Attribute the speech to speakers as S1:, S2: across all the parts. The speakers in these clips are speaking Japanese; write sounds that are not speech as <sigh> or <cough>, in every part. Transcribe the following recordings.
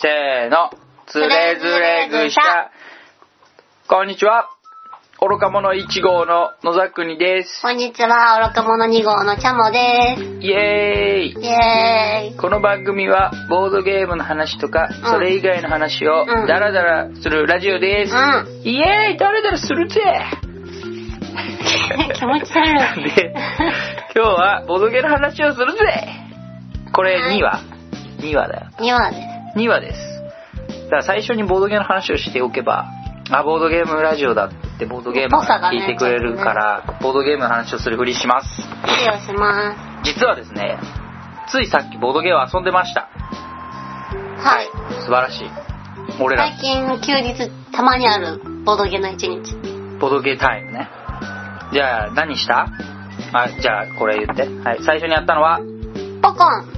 S1: せーの、つれづれぐしゃ。こんにちは。愚か者1号の野沢国です。
S2: こんにちは、愚か者2号のチャモです。
S1: イエー
S2: イエー
S1: イ。。
S2: イ
S1: この番組はボードゲームの話とか、
S2: ん
S1: それ以外の話を
S2: うん
S1: ダラダラするラジオです。
S2: う
S1: イエーイダラダラするぜ
S2: <laughs> ん。 <laughs> 気持ち悪い。
S1: で、今日はボードゲームの話をするぜこれ2話 ?2 話だよ。
S2: 2話です。
S1: 2話ですだから最初にボードゲームの話をしておけばあボードゲームラジオだってボードゲームを聞いてくれるから、ボードゲームの話をするふりします
S2: 失礼をしま
S1: 実はですねついさっきボードゲームを遊んでました
S2: す。はい。
S1: 素晴らしい俺ら
S2: 最近、休日、たまにある、ボドゲの一日。
S1: ボードゲータイムねじゃあ何したあじゃあこれ言って、はい、最初にやったのは
S2: ポコン、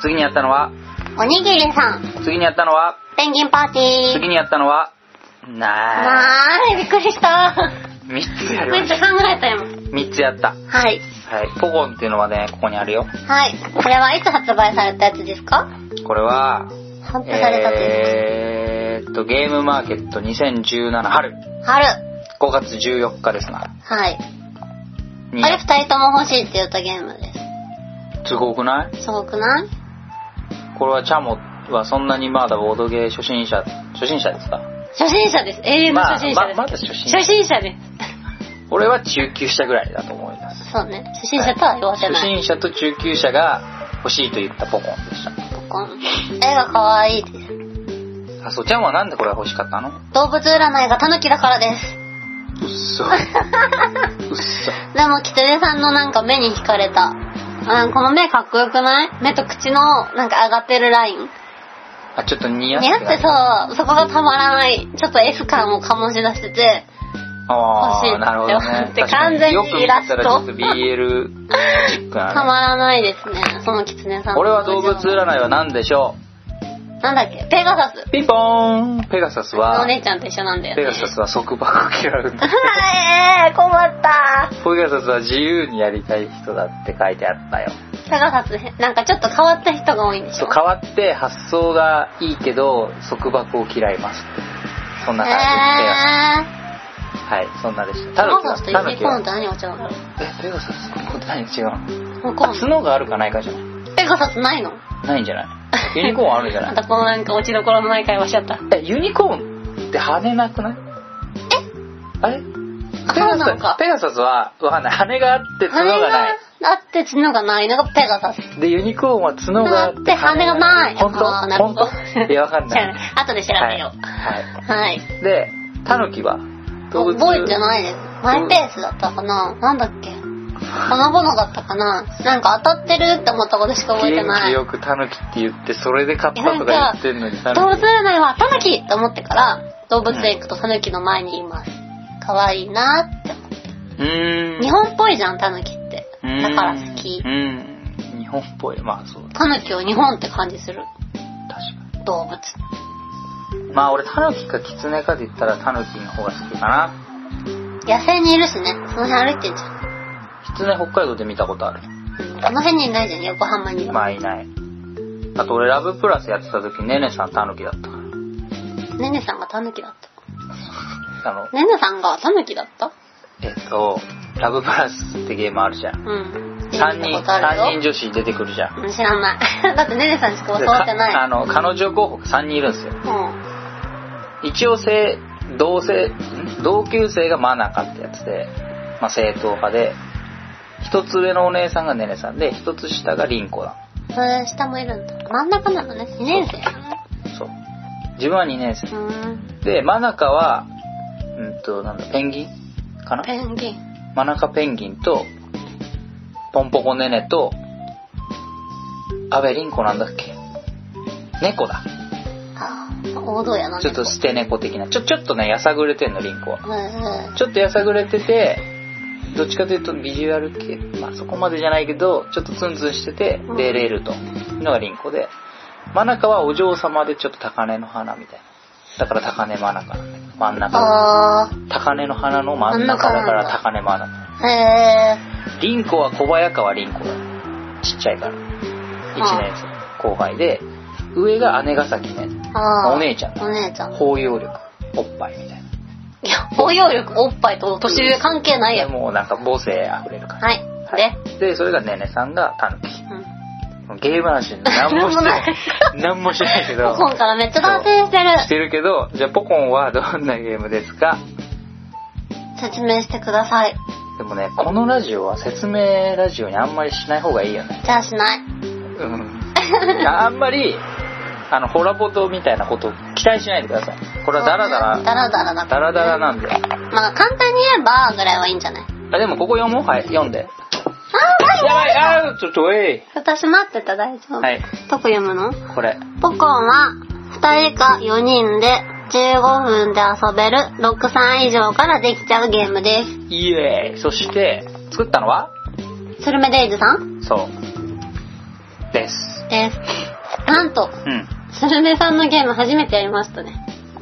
S1: 次にやったのは
S2: おにぎりさん、
S1: 次にやったのは
S2: ペンギンパーティ
S1: 次
S2: ー。
S1: にやったのはなあ
S2: まあ、びっくりした。
S1: 3つやり
S2: め
S1: ま
S2: っ
S1: し
S2: ち <laughs>
S1: た
S2: ゃ考えたよ。
S1: 3つやった
S2: はい。
S1: はいポコンっていうのはねここにあるよ
S2: はい。これはいつ発売されたやつですか
S1: これは、
S2: 発表されたという。
S1: えーっと、ゲームマーケット2017春、
S2: 春。
S1: 5月14日ですな。
S2: はい。
S1: に
S2: あれ二人とも欲しいって言ったゲームです
S1: すごくない。
S2: すごくない
S1: これはチャモはそんなにまだボードゲー初心者、初心者ですか
S2: 初心者です。AM
S1: まあ
S2: 初心者です。
S1: ままだ初心者
S2: 初心者で
S1: 俺は中級者ぐらいだと思います。
S2: す。そうね。初心者とは言わせ
S1: 初
S2: ない。
S1: 心者と中級者が欲しいと言ったポコンでした。
S2: ポコン絵が可愛いです。
S1: あ、そう、チャモはなんでこれが欲しかったの
S2: 動物占いがタヌキだからです。
S1: うっそ。うっそ。
S2: でも、キツネさんのなんか目に惹かれた。うん、この目かっこよくない目と口のなんか上がってるライン。
S1: あ、ちょっと似合って
S2: 似合ってそう、そこがたまらない。ちょっと S 感を醸し出してて、
S1: あ
S2: 欲しい
S1: あ、なるほど
S2: って思
S1: ね
S2: っ。て
S1: 確か
S2: 完全に
S1: よく見た
S2: イラ
S1: ら
S2: ス
S1: ち
S2: ト
S1: ょっと BL チック
S2: <laughs> た
S1: なね。
S2: まらないですね。そのキツネさんの
S1: 俺は動物占いは何でしょ
S2: なんだっけペガサス
S1: う。ピンポーンペガサス
S2: お
S1: は、
S2: 姉ちゃんと一緒なんだよね。
S1: ペガサ
S2: <laughs>
S1: スは束縛を嫌うん <laughs> だ。
S2: えー、困った。
S1: ペガサスは自由にやりたい人だって書いてあったよ。
S2: ペガサス、なんかちょっと変わった人が多いんでし
S1: そう
S2: ょ。
S1: 変わって発想がいいけど、束縛を嫌いますって。そんな感
S2: え
S1: じで、はい、そんなでした。タ
S2: ー。ペ
S1: ヌキ
S2: ガ
S1: は
S2: サスと
S1: タ
S2: ユ
S1: ヌ
S2: ニ
S1: キ
S2: コーン
S1: は
S2: って何が違うの
S1: え、ペガサスとユニコーンって何違うの
S2: 向こ
S1: あ角があるかないかじゃないう
S2: の。ペガサスないの
S1: ないんじゃないユニコーンあるんじゃ
S2: ま
S1: ない
S2: たこのなんか落ちどころのない会話しちゃった。
S1: え、ユニコーンって羽なくないあれペガ
S2: そうなの
S1: サ
S2: か
S1: ス、ペガサスは、わかんない。羽があって角
S2: 羽
S1: が
S2: が
S1: ない。
S2: あって角がないのがペガサス。
S1: で、ユニコーンは角があって
S2: 羽がない。
S1: 本
S2: あーな
S1: 当本
S2: るほど。
S1: 当いや、わかん
S2: <laughs> じゃ
S1: ない。
S2: あ、後で調べよ
S1: は
S2: う。はい。
S1: い。で、タヌキは動物
S2: 覚えてないです。マイペースだったかななんだっけほのぼのだったかななんか当たってるって思ったことしか覚えて
S1: 元
S2: な
S1: 気
S2: い。
S1: よくタヌキって言って、それで買ったとか言ってんのにタ
S2: 動物
S1: ヌキ。
S2: 占いはタヌキって思ってから動物園行くとタヌキの前にいます可愛いなって思って
S1: うーん。
S2: 日本っぽいじゃんタヌキって
S1: うーん
S2: だから好き
S1: うん。日本っぽい。まあそう。確
S2: タヌキを日本って感じする
S1: か
S2: 動物
S1: に。まあ俺タヌキかキツネかで言ったらタヌキの方が好きかな。
S2: 野生にいるしねその辺歩いてんじゃん、
S1: キツネ北海道で見たことある。
S2: うん、この辺にいないじゃん横浜には、
S1: まあいない。あと俺ラブプラスやってた時、ねねさんタヌキだったか
S2: ねねさんがタヌキだっ
S1: ら。あの、
S2: たねねさんがタヌキだった
S1: えっと、ラブプラスってゲームあるじゃん。
S2: うん
S1: 3
S2: 見
S1: 人、
S2: たことあるよ
S1: 三人女子出てくるじゃん。
S2: うん知らない <laughs> だってねねさんしか教わっ
S1: で
S2: て
S1: か
S2: な
S1: あ
S2: い
S1: の、彼女候補3人いるんですよ。
S2: うん
S1: 一応性、同性、ん同級生がマナカってやつで、まあ正統派で、一つ上のお姉さんがねねさんで、一つ下がリンコだ。
S2: それ下もいるんだ真ん中なのね2年生
S1: そう。自分は2年生。
S2: うーん
S1: で、マナカは、うんと、なんだ、ペンギンかな
S2: ペンギン
S1: マナカペンギンと、ポンポコネネと、アベリンコなんだっけ猫だ。
S2: あー王道やな
S1: ちょっと捨て猫的な。ちょ、ちょっとね、やさぐれてんの、リンコは。
S2: うんうん
S1: ちょっとやさぐれてて、どっちかというとビジュアル系、まあそこまでじゃないけど、ちょっとツンツンしてて
S2: う、ん
S1: デレると。のがリンコで。マナカはお嬢様でちょっと高根の花みたいな。だから高根マナカなんだけど真ん中。
S2: あ
S1: 高根の花の真ん中だから高根マナカ。
S2: ーへ
S1: リンコは小早川リンコだ。ちっちゃいから。1年生、後輩で、上が姉ヶ崎ね。
S2: えあー
S1: お姉ちゃん
S2: お姉ちゃん。
S1: 包容力おっぱいみたい
S2: いや、包容力、おっぱいと年上関係ない
S1: な
S2: よ。
S1: もうなんか母性あふれる感じ、
S2: はい。で、
S1: でそれがねねさんがタヌキ
S2: うん。
S1: ゲーム話何もしてない何もしてないけど
S2: <laughs> ポコンからめっちゃ脱線してる
S1: し。てるけどじゃあポコンはどんなゲームですか
S2: 説明してください。
S1: でもねこのラジオは説明ラジオにあんまりしない方がいいよね
S2: じゃあしない。
S1: うん、あんまりあのホラボトみたいなことを期待しないでくださいこれはダラダ
S2: そうねダ
S1: ラ
S2: ラダラだ
S1: ダ
S2: から
S1: ラダラなんで
S2: まあ簡単に言えばぐらいはいいんじゃない
S1: あでもここ読もうはい読んで
S2: あー、
S1: やばいあーちょっとえい
S2: 私待ってた大丈夫。
S1: はい
S2: どこ読むの
S1: これ
S2: ポコンは2人か4人で15分で遊べる6歳以上からできちゃうゲームで
S1: イエーイそして作ったのは
S2: す。スルメデイジさん
S1: そうです
S2: です。なんと、
S1: うん
S2: スルメさんのゲーム初めてやりましたね。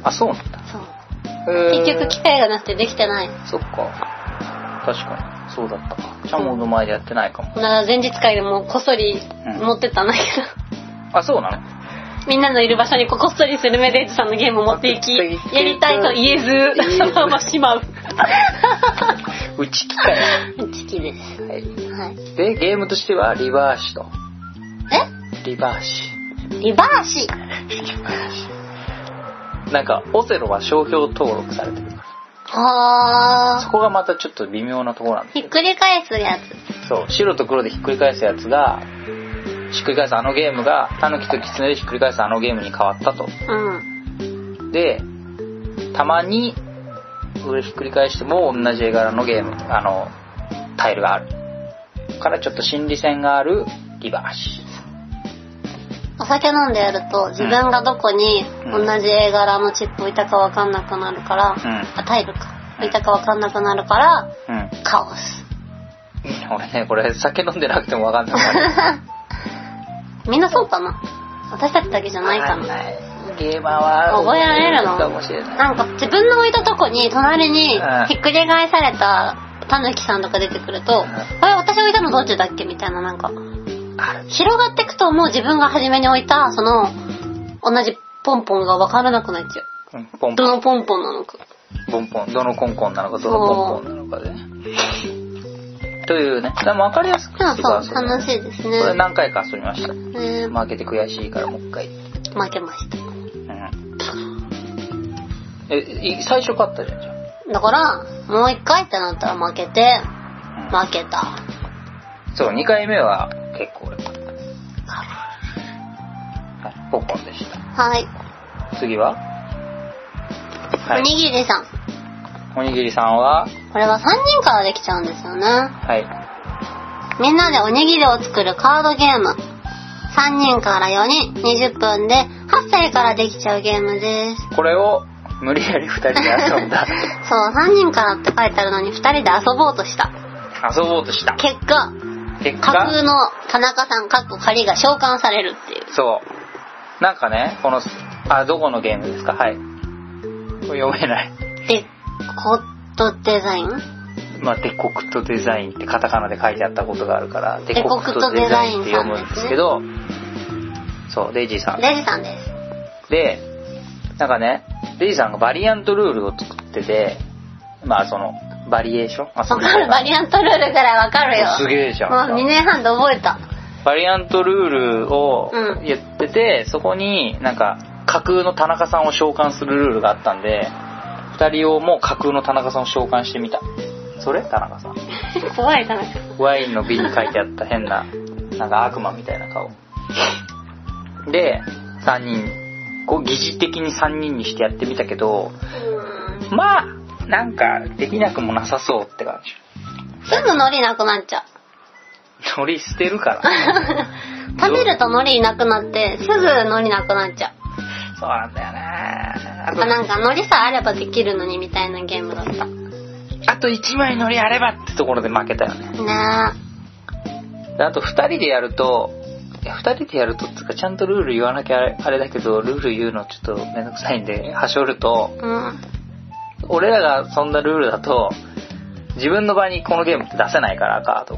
S1: あそうなんだ
S2: そう。
S1: へー
S2: 結局機会がなくてできてない。
S1: そっか確かにそうだったかチャモの前でやってないかも
S2: だから前日会でもこっそり
S1: ん
S2: 持ってったんだけど、
S1: あそうなの
S2: みんなのいる場所にここっそりスルメデイジさんのゲームを持っていき、
S1: 持って
S2: や
S1: いき
S2: りたいと言
S1: 言
S2: え
S1: えず
S2: ず、そ <laughs> のまましまう。
S1: うち来たよ、
S2: チキです。
S1: はい、
S2: はい。
S1: でゲームとしてはリバーシと
S2: え
S1: リバーシ
S2: リバーシ
S1: なんかオセロは商標登録されてる
S2: はー
S1: そ。こがまたちょっと微妙なところなんです
S2: ひっくり返すやつ。
S1: そう白と黒でひっくり返すやつがひっくり返すあのゲームがタヌキとキツネでひっくり返すあのゲームに変わったと
S2: うん。
S1: でたまに上ひっくり返しても同じ絵柄のゲームあのタイルがあるからちょっと心理戦があるリバーシ
S2: お酒飲んでやると、自分がどこに同
S1: うん
S2: じ絵柄のチップ置いたかわかんなくなるから、
S1: ん
S2: あ、タイルか。置いたかわかんなくなるから、
S1: うん <laughs>
S2: カオス。
S1: 俺ねこれ酒飲んでなくても分かんない
S2: みんなそうかな私たちだけじゃない
S1: わ
S2: か
S1: かん
S2: な。
S1: ないゲーマーは
S2: 覚えられるの
S1: かもしれない
S2: なんか自分の置いたとこに隣に
S1: うん
S2: ひっくり返されたタヌキさんとか出てくる
S1: ん
S2: と、あれ私置いたのどっちだっけみたいななんか、
S1: ある
S2: 広がってくともう自分が初めに置いた、その、同じポンポンが分からなくなっちゃう。
S1: うんポンポ
S2: ど
S1: ン
S2: のポンポンなのか。
S1: ポンポンどのコンコンなのかどのポンポンなのかでねというねでも分かりやすく
S2: そうそう、
S1: れ
S2: 楽しいです
S1: これ
S2: ね。
S1: 何回か遊びました
S2: ね
S1: 負けて悔しいからもう一回
S2: 負けました。
S1: うんえい最初勝ったじゃんじゃ
S2: だから、もう一回ってなったら負けて、
S1: あ
S2: 負けた。
S1: うんそう2回目は結構良かったはいポンポンでし
S2: はい。
S1: た次はは
S2: おに
S1: い
S2: ぎりさん。
S1: おにぎりさんは
S2: これは3人からできちゃうんですよね。
S1: はい
S2: みんなでおにぎりを作るカードゲーム。3人から4人、20分で8歳からできちゃうゲームです。
S1: これを無理やり2人で遊んだ
S2: <laughs> そう、3人からって書いてあるのに2人で遊ぼうとした。
S1: 遊ぼうとした
S2: 結果、
S1: 結
S2: 架
S1: 果
S2: 空の田中さん、かっこ仮が召喚されるっていう。
S1: そう。なんかね、この、あ、どこのゲームですかはい。これ読めない。 <laughs>
S2: で、ホットデザイン
S1: まあ、デコクトデザインってカタカナで書いてあったことがあるから、
S2: デコクトデザイン
S1: デコクトデって読むんですけど、そう、デイジーさん。
S2: レジさんです。
S1: で、なんかね、デイジーさんがバリアントルールを作ってて、まあ、その、バリエーションあ
S2: わかる、バリアントルールぐらいわかるよ。
S1: すげえじゃん
S2: もう2年半で覚えた。
S1: バリアントルールを
S2: うん
S1: 言ってて、そこになんか架空の田中さんを召喚するルールがあったんで、二人をもう架空の田中さんを召喚してみた。それ田中さん。
S2: 怖い、田中。
S1: ワインの瓶に書いてあった変な、なんか悪魔みたいな顔。で、三人、こう疑似的に三人にしてやってみたけど、まあ、なんかできなくもなさそうって感じ。
S2: すぐノリなくなっちゃ
S1: <laughs>
S2: う。
S1: 乗り捨てる
S2: <laughs>
S1: から。
S2: 食べると海苔いなくなって、すぐ海苔なくなっちゃう。
S1: そうなんだよね。
S2: あなんか海苔さえあればできるのにみたいなゲームだった。ね
S1: あと1枚乗りあればってところで負けたよね。であと2人でやると、いや2人でやるとっていうかちゃんとルール言わなきゃあれあれだけど、ルール言うのちょっとめんどくさいんで、はしょると
S2: え。、うん。
S1: 俺らがそんなルールだと、自分の場にこのゲームって出せないから、カード。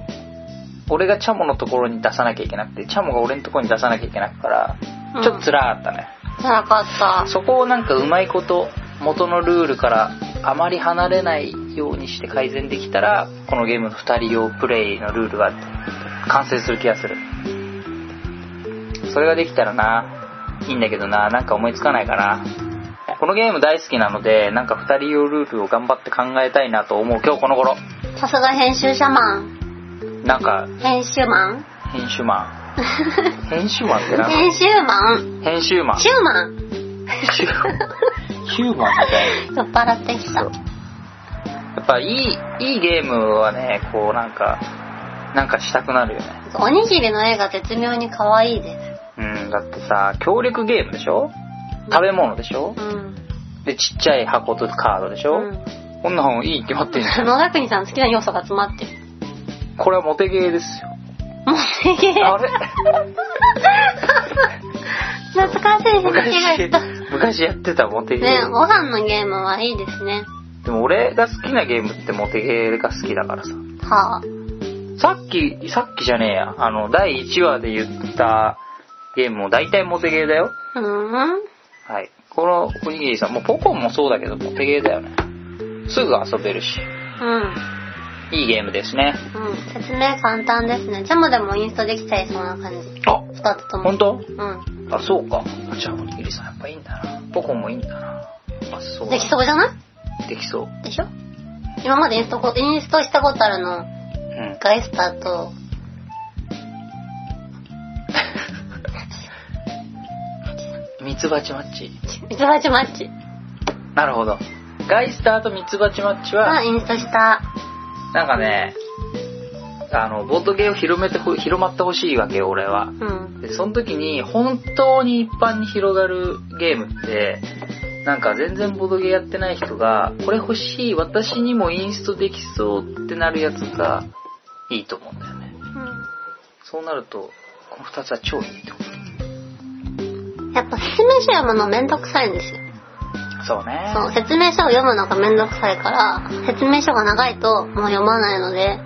S1: 俺がチャモのところに出さなきゃいけなくて、チャモが俺のところに出さなきゃいけなくから
S2: うん、
S1: ちょっと辛かったね。
S2: う辛かった。
S1: そこをなんかうまいこと元のルールからあまり離れないようにして改善できたらこのゲームの2人用プレイのルールが完成する気がするそれができたらないいんだけどななんか思いつかないかなこのゲーム大好きなのでなんか2人用ルールを頑張って考えたいなと思う今日この頃
S2: さすが編集者マン。
S1: なんか
S2: 編集マン
S1: 編集マン編集マンってなん
S2: <laughs> 編集マン。
S1: 編集
S2: <laughs>
S1: マン
S2: シューマン。
S1: ヒュヒューマンみたいな
S2: 酔っ払ってきた。
S1: そうやっぱいい、いいゲームはね、こうなんか、なんかしたくなるよね。
S2: おにぎりの絵が絶妙に可愛いです。
S1: うん、だってさ、協力ゲームでしょ食べ物でしょ
S2: うん。
S1: で、ちっちゃい箱とカードでし
S2: う
S1: ょ、
S2: ん。
S1: こんな本いいに決まってんじ
S2: <laughs>
S1: ゃん。
S2: 野田国さんの好きな要素が詰まってる。
S1: これはモテゲーですよ。
S2: もうすげえ。
S1: あ
S2: <laughs>
S1: れ
S2: 懐かしい響きが
S1: 昔
S2: 言った。ね、、
S1: 昔やってたモテゲー。
S2: ご飯のゲームはいいですね。
S1: でも俺が好きなゲームってモテゲーが好きだからさ。
S2: はあ。
S1: さっき、さっきじゃねえや。あの、第1話で言ったゲームも大体モテゲーだよ。
S2: うーん。
S1: はい。このおにぎりさん、もうポコンもそうだけど、もう手芸だよね。すぐ遊べるし、
S2: う
S1: いいゲームですね。
S2: ん。うん。説明簡単ですね。ジャムでもインストできちゃいそうな感じ。
S1: あ
S2: 二つとも。
S1: 本当
S2: う。
S1: あ、そうか。じゃあおにぎりさんやっぱいいんだな。ポコンもいいんだな。あ、そうんだ。
S2: できそうじゃな
S1: できそう。
S2: いでしょ今までインストこ、インストしたことあるの、
S1: うん。
S2: ガイスターと、
S1: ミツバチマッチ。
S2: ミツバチマッチ
S1: なるほど。ガイスターとミツバチマッチ
S2: が
S1: は、
S2: インストした。
S1: なんかね、あの、ボードゲーを広めてほ、広まってほしいわけよ、俺は。
S2: うん。
S1: で、その時に本当に一般に広がるゲームって、なんか全然ボドゲやってない人が、これ欲しい、私にもインストできそうってなるやつがいいと思うんだよね。そうなると、この二つは超いいってこと。
S2: やっぱ説明書読むのめんどくさいんですよ。
S1: そうね。
S2: そう、説明書を読むのがめんどくさいから、説明書が長いともう読まないので、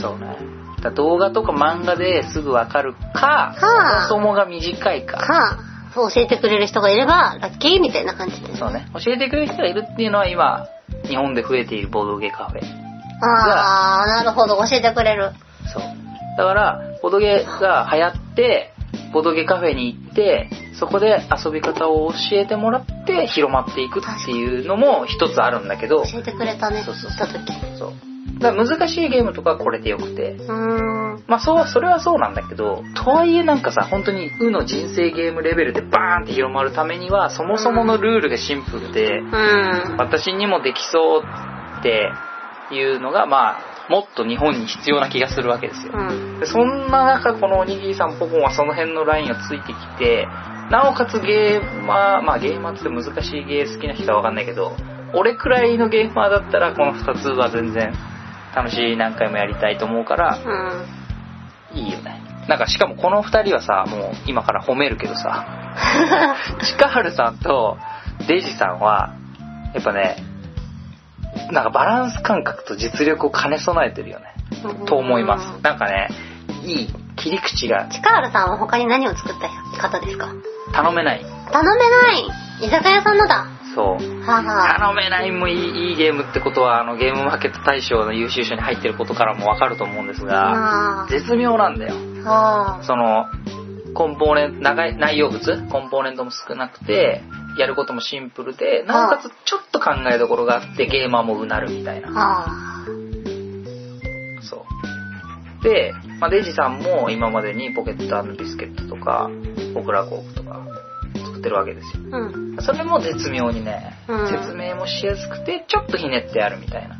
S1: そうね。だから動画とか漫画ですぐわかるか、
S2: か
S1: そもそもが短いか。
S2: か、そう教えてくれる人がいればラッキーみたいな感じです。
S1: そうね。教えてくれる人がいるっていうのは今、日本で増えているボードゲーカフェ。
S2: あー、なるほど、教えてくれる。
S1: そう。だから、ボドゲが流行って、ボドゲカフェに行って、そこで遊び方を教えてもらって広まっていくっていうのも一つあるんだけど、そ
S2: 教えてくれたね、
S1: そうそう
S2: 来た時。う
S1: う。だから難しいゲームとかはこれでよくて、
S2: ーん。
S1: まあそう、それはそうなんだけど、とはいえなんかさ、本当にうの人生ゲームレベルでバーンって広まるためには、そもそものルールがシンプルで、
S2: うん。
S1: 私にもできそうっていうのが、まあ、もっと日本に必要な気がするわけですよ。
S2: うん。
S1: でそんな中このおにぎりさんポコンはその辺のラインをついてきてなおかつゲーマーまあゲーマーって難しいゲー好きな人はわかんないけど俺くらいのゲーマーだったらこの2つは全然楽しい何回もやりたいと思うから
S2: うん。
S1: いいよねなんかしかもこの2人はさもう今から褒めるけどさチカハルさんとデジさんはやっぱねなんかバランス感覚と実力を兼ね備えてるよねと思います。なんかね、いい切り口が
S2: チカールさんは他に何を作った方ですか
S1: 頼めない。
S2: 頼めない居酒屋さんのだは
S1: そう。
S2: あ、はあ、
S1: 頼めないもいいいいゲームってことは、あのゲームマーケット大賞の優秀賞に入ってることからもわかると思うんですが、
S2: あー
S1: 絶妙なんだよ。
S2: あ
S1: その、コンポーネント、長い内容物コンポーネントも少なくて、やることもシンプルで、なおかつちょっと考えどころがあって、ゲーマーもうなるみたい
S2: ー
S1: な。
S2: あ
S1: そう。で、まあ、デイジさんも今までにポケットビスケットとか、オクラコークとか作ってるわけですよ。
S2: ーうん
S1: それも絶妙にね、
S2: うん
S1: 説明もしやすくて、ちょっとひねってあるみたいな、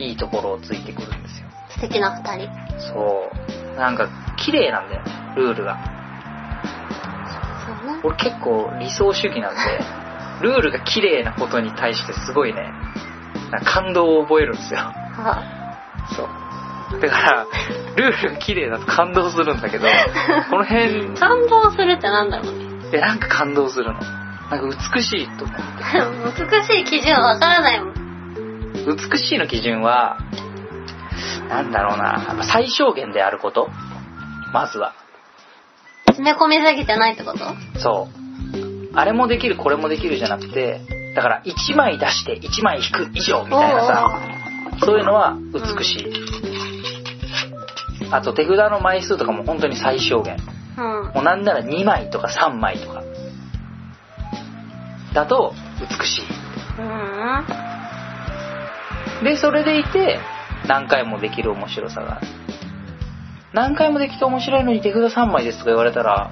S1: いいところをついてくるんですよ。
S2: 素敵な二人
S1: そう。なんか、綺麗なんだよね、ルールが。
S2: そうね
S1: 俺結構理想主義なんで、ルールが綺麗なことに対してすごいね、なんか感動を覚えるんですよ。
S2: は
S1: そう。だから、ルールが綺麗だと感動するんだけど、この辺
S2: あ、感動するってなんだろうね <laughs>
S1: でなんか感動するの。なんか美しいと思う。
S2: 美しい基準はわからないもん
S1: 美しいの基準は、なんだろうな、やっぱ最小限であること。まずは。
S2: 詰め込みすぎてないってこと
S1: そう。あれもできる、これもできるじゃなくて、だから1枚出して1枚引く以上みたいなさ、そういうのは美しい。あと手札の枚数とかも本当に最小限。
S2: おーうん。
S1: もうなんなら2枚とか3枚とか。だと美しい。
S2: うん。
S1: で、それでいて、何回もできる面白さがある。何回もできて面白いのに手札3枚ですとか言われたら、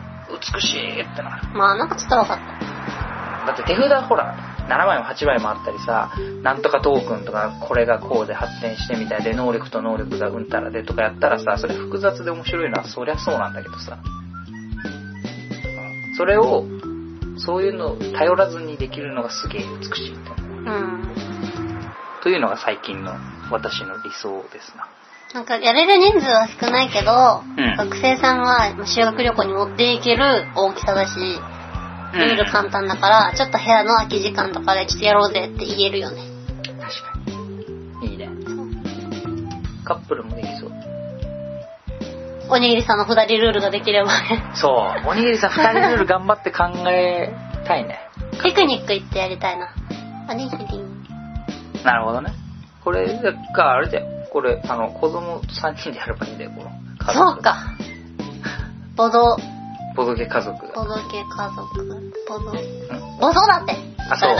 S1: 美しいってなる。
S2: まあなんかちょっと分かった。
S1: だって手札ほら7枚も8枚もあったりさなんとかトークンとかこれがこうで発展してみたいで能力と能力がうんたらでとかやったらさそれ複雑で面白いのはそりゃそうなんだけどさうんそれをそういうのを頼らずにできるのがすげえ美しいみたいな
S2: うん。
S1: というのが最近の私の理想ですな
S2: なんかやれる人数は少ないけど、
S1: ん
S2: 学生さんが修学旅行に持っていける大きさだし、ルール簡単だから、ちょっと部屋の空き時間とかでちょっとやろうぜって言えるよね。
S1: 確かにいいね
S2: そう
S1: カップルもできそう
S2: おにぎりさんの二人ルールができれば
S1: <laughs>
S2: ね。
S1: そうおにぎりさん2人ルール頑張って考えたいね
S2: ピクニック行ってやりたいな。おにぎり。
S1: なるほどね。これがあれだよ。これ、あの、子供3人でやればいいんだよ、この。家族
S2: そう。か。ボド、
S1: ボドゲ家族が。
S2: ボド系家族。ボ
S1: ん
S2: ド、ボソだって。
S1: あ、そう。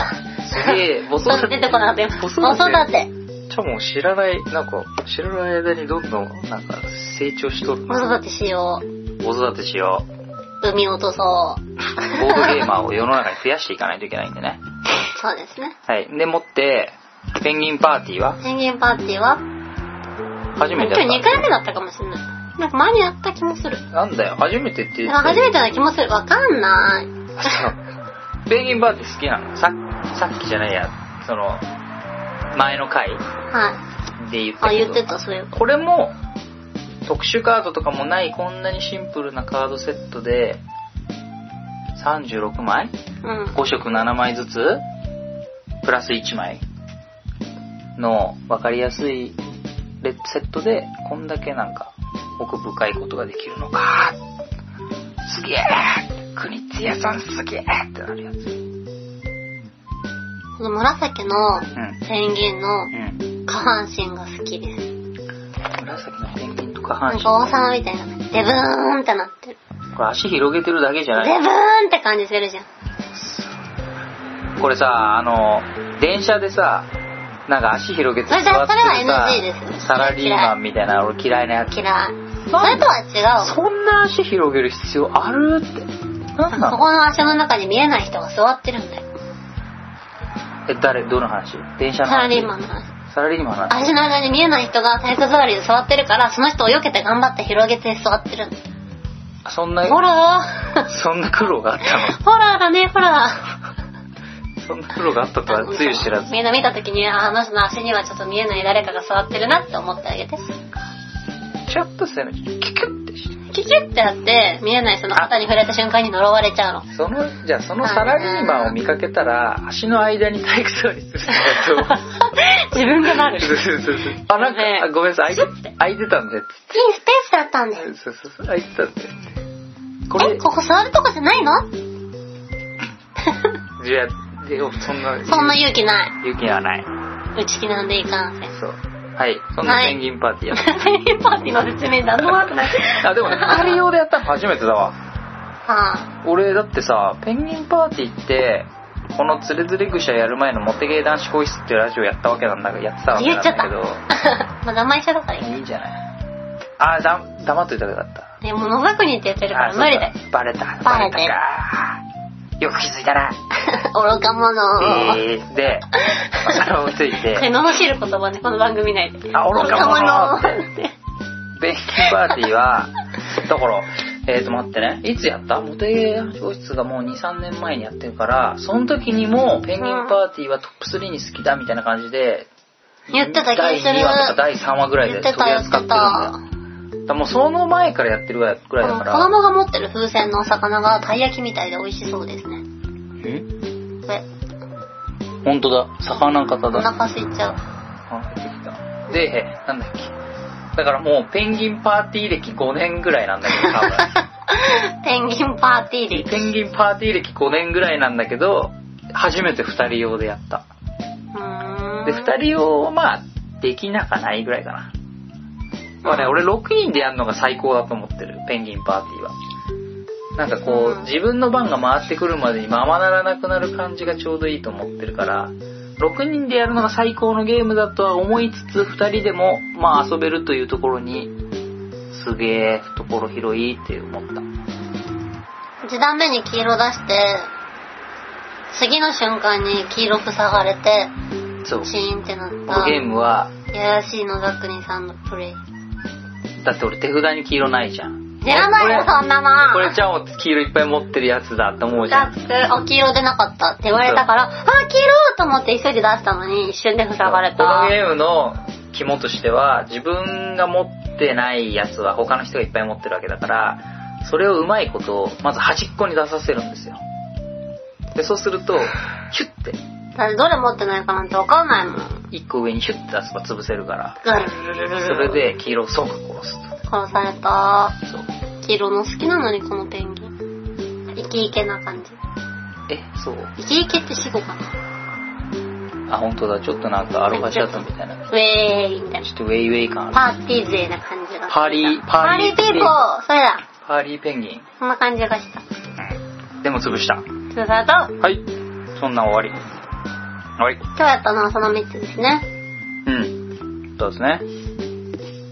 S1: すげ
S2: <laughs>
S1: え、ボソ
S2: 出てこなかったよ。ボ
S1: ボ
S2: ソ
S1: ソ
S2: だ
S1: だ
S2: って。
S1: しかも知らない、なんか、知らない間にどんどん、なんか、成長しとる
S2: ボソだってしよう。
S1: ボソ育てしよう。
S2: 海落とそう。
S1: ボードゲーマーを世の中に増やしていかないといけないんでね。
S2: そうですね。
S1: はい。でもって、ペンギンパーティーは
S2: ペンギンパーティーは
S1: 初
S2: 今
S1: めて
S2: 日
S1: や
S2: 2
S1: った。
S2: 回目だったかもしれない。なんか前にやった気もする。
S1: なんだよ、初めてって言って。
S2: 初めてな気もする。わかんない。
S1: そう <laughs> ペンギンパーティー好きなのささっきじゃないや、その、前の回
S2: はい。
S1: で言った
S2: あ、
S1: けど
S2: 言ってた、そういう。
S1: これも特殊カードとかもないこんなにシンプルなカードセットで36枚
S2: うん。
S1: 5色7枚ずつプラス1枚の分かりやすいレセットでこんだけなんか奥深いことができるのかすげえ国津屋さんすげえってなるやつうん
S2: この紫のペンギンの
S1: うん
S2: 下半身が好きです。
S1: 紫のペンギンとか
S2: な
S1: 半
S2: ん
S1: 身
S2: か王様みたいな。デブーンってなってる。
S1: これ足広げてるだけじゃな
S2: デ
S1: い
S2: ブーンって感じするじゃん。
S1: これさ、あの、電車でさ、なんか足広げて座ってるさ
S2: それは NG ですよ
S1: サラリーマンみたいな俺嫌いなやつ。
S2: 嫌い。それとは違う。
S1: そんな足広げる必要あるって。なんな
S2: そ
S1: の
S2: この足の中に見えない人が座ってるんだよ。
S1: え、誰どの話電車
S2: サ
S1: の話
S2: ラリーマンの足。
S1: サラリーマンの話
S2: 足の間に見えない人が体育座りで座ってるから、その人を避けて頑張って広げて座ってるんだよ。
S1: そんな、
S2: ホラー。
S1: そんな苦労があった
S2: ホラーだね、ホラー。
S1: のそんな苦労があったとはつゆ知らず。
S2: みんな見た時に、ああの人の足にはちょっと見えない誰かが座ってるなって思ってあげて。
S1: ちょっとせめて、キュキュってして。
S2: キュキュってやって、見えない人の肩に触れた瞬間に呪われち
S1: <laughs>
S2: ゃうの。
S1: その、じゃあそのサラリーマンを見かけたら、足の間に体育座りするんだと思 <laughs> う。
S2: 自分がなる。いいス
S1: そうそうそうそうあ、なんか、あごめんなさい、空いて空いてたんで、
S2: ペースだったんだよ。
S1: そうそうそう、あ、言ってたって。これ、
S2: え、ここ座るとこじゃないの
S1: いや、でもそんな、
S2: そんな勇気な
S1: 勇気はない。
S2: い。内気なんでいかんせん。
S1: そう。はい、そんな
S2: はい
S1: ペンギンパーティーやっ
S2: ペンギンパーティーの説明何もなくない。
S1: <laughs> た。あ、でもね、二人用でやったの初めてだわ。
S2: はあ、
S1: 俺、だってさ、ペンギンパーティーって、このつれずれしゃやる前のモテゲー男子更衣室っていうラジオやったわけなんだけど、やってたわけ
S2: 言
S1: な
S2: っ
S1: ん
S2: ちゃっ
S1: だ
S2: た <laughs>
S1: けど、。
S2: まあ名前一緒だからいい。
S1: いいんじゃないあ、だ、黙っといたらよかった。
S2: ね、もう野国って言ってるから
S1: あ、
S2: 無理だよ。
S1: そうかバレた。
S2: バ
S1: バ
S2: レ
S1: レ
S2: て
S1: た
S2: る
S1: か。よく気づいたな。
S2: 愚か者。
S1: えー、で、まあそれをついて
S2: <laughs> こ、れ、罵る言葉ね、この番組内で。
S1: あ愚か者
S2: って。
S1: ベンキーパーティーは、だから、えーと、待ってね。いつやったモテゲー教室がもう2、3年前にやってるから、その時にもペンギンパーティーはトップ3に好きだみたいな感じで、
S2: 言ってた気がする
S1: 第2話とか第3話ぐらい
S2: 言
S1: で
S2: って
S1: 取り
S2: た言っ
S1: 扱っててるんだよ。
S2: た。
S1: だからもうその前からやってるぐらいぐ
S2: こ
S1: らいだ
S2: の
S1: か
S2: 子
S1: ら。
S2: 供が持ってる風船のお魚がたい焼きみたいで美味しそうですね。
S1: ん
S2: これ、
S1: 本当だ。魚型
S2: お
S1: だ。
S2: 腹空いちゃう。
S1: あ出てきたで、えなんだっけ。だからもうペンギンパーティー歴5年ぐらいなんだけど、多分。
S2: ペンギンパーティーで。
S1: ペンギンパーティー歴5年ぐらいなんだけど、初めて2人用でやった。
S2: うーん。
S1: で、2人用はまあ、できなかないぐらいかな。まあね、俺6人でやるのが最高だと思ってる、ペンギンパーティーは。なんかこ
S2: うん
S1: う、自分の番が回ってくるまでにままならなくなる感じがちょうどいいと思ってるから、6人でやるのが最高のゲームだとは思いつつ、2人でも、まあ遊べるというところに、すげえ、懐広いって思った。
S2: 1段目に黄色出して、次の瞬間に黄色く塞がれて、
S1: そう。
S2: チーンってなっ
S1: この
S2: た。
S1: ゲームは、
S2: やらしい野田国さんのプレイ。
S1: だって俺手札に黄色ないじゃん。
S2: 知らないよ、
S1: これ
S2: そんなもん。
S1: これちゃんを黄色いっぱい持ってるやつだって思うじゃ
S2: だっ
S1: ん。
S2: て、あ、黄色出なかったって言われたから、あ、黄色と思って急いで出したのに、一瞬で塞がれ
S1: この
S2: た。
S1: ゲームの肝としては、自分が持ってないやつは他の人がいっぱい持ってるわけだから、それをうまいことを、まず端っこに出させるんですよ。で、そうすると、ヒュッて、
S2: だってどれ持ってないかなんてわかんないもん。
S1: 一個上にヒュッて出せば潰せるから、
S2: ぐるるる
S1: そ
S2: るる
S1: れで黄色を即殺す
S2: 殺された。
S1: と。そう。
S2: 黄色の好きなのに、このペンギン。イケイケな感じ。
S1: え、そう
S2: イケイケって死後かな。
S1: あ、本当だ。ちょっとなんかアロハシャツみたいな。
S2: ウェーイみたい
S1: ちょ
S2: な。
S1: っとウェイウェイ感ある。
S2: パーティー勢な感じがした。
S1: パーリー
S2: パ
S1: パ
S2: ー
S1: ー
S2: リ
S1: リ
S2: ー
S1: ー
S2: ピーポーそれだ。
S1: ハーリーペンギン。
S2: そんな感じがした。
S1: でも潰した。
S2: それだと、
S1: はい。そんなん終わり。はい。
S2: 今日やったのはその3つですね。
S1: うん。そうですね。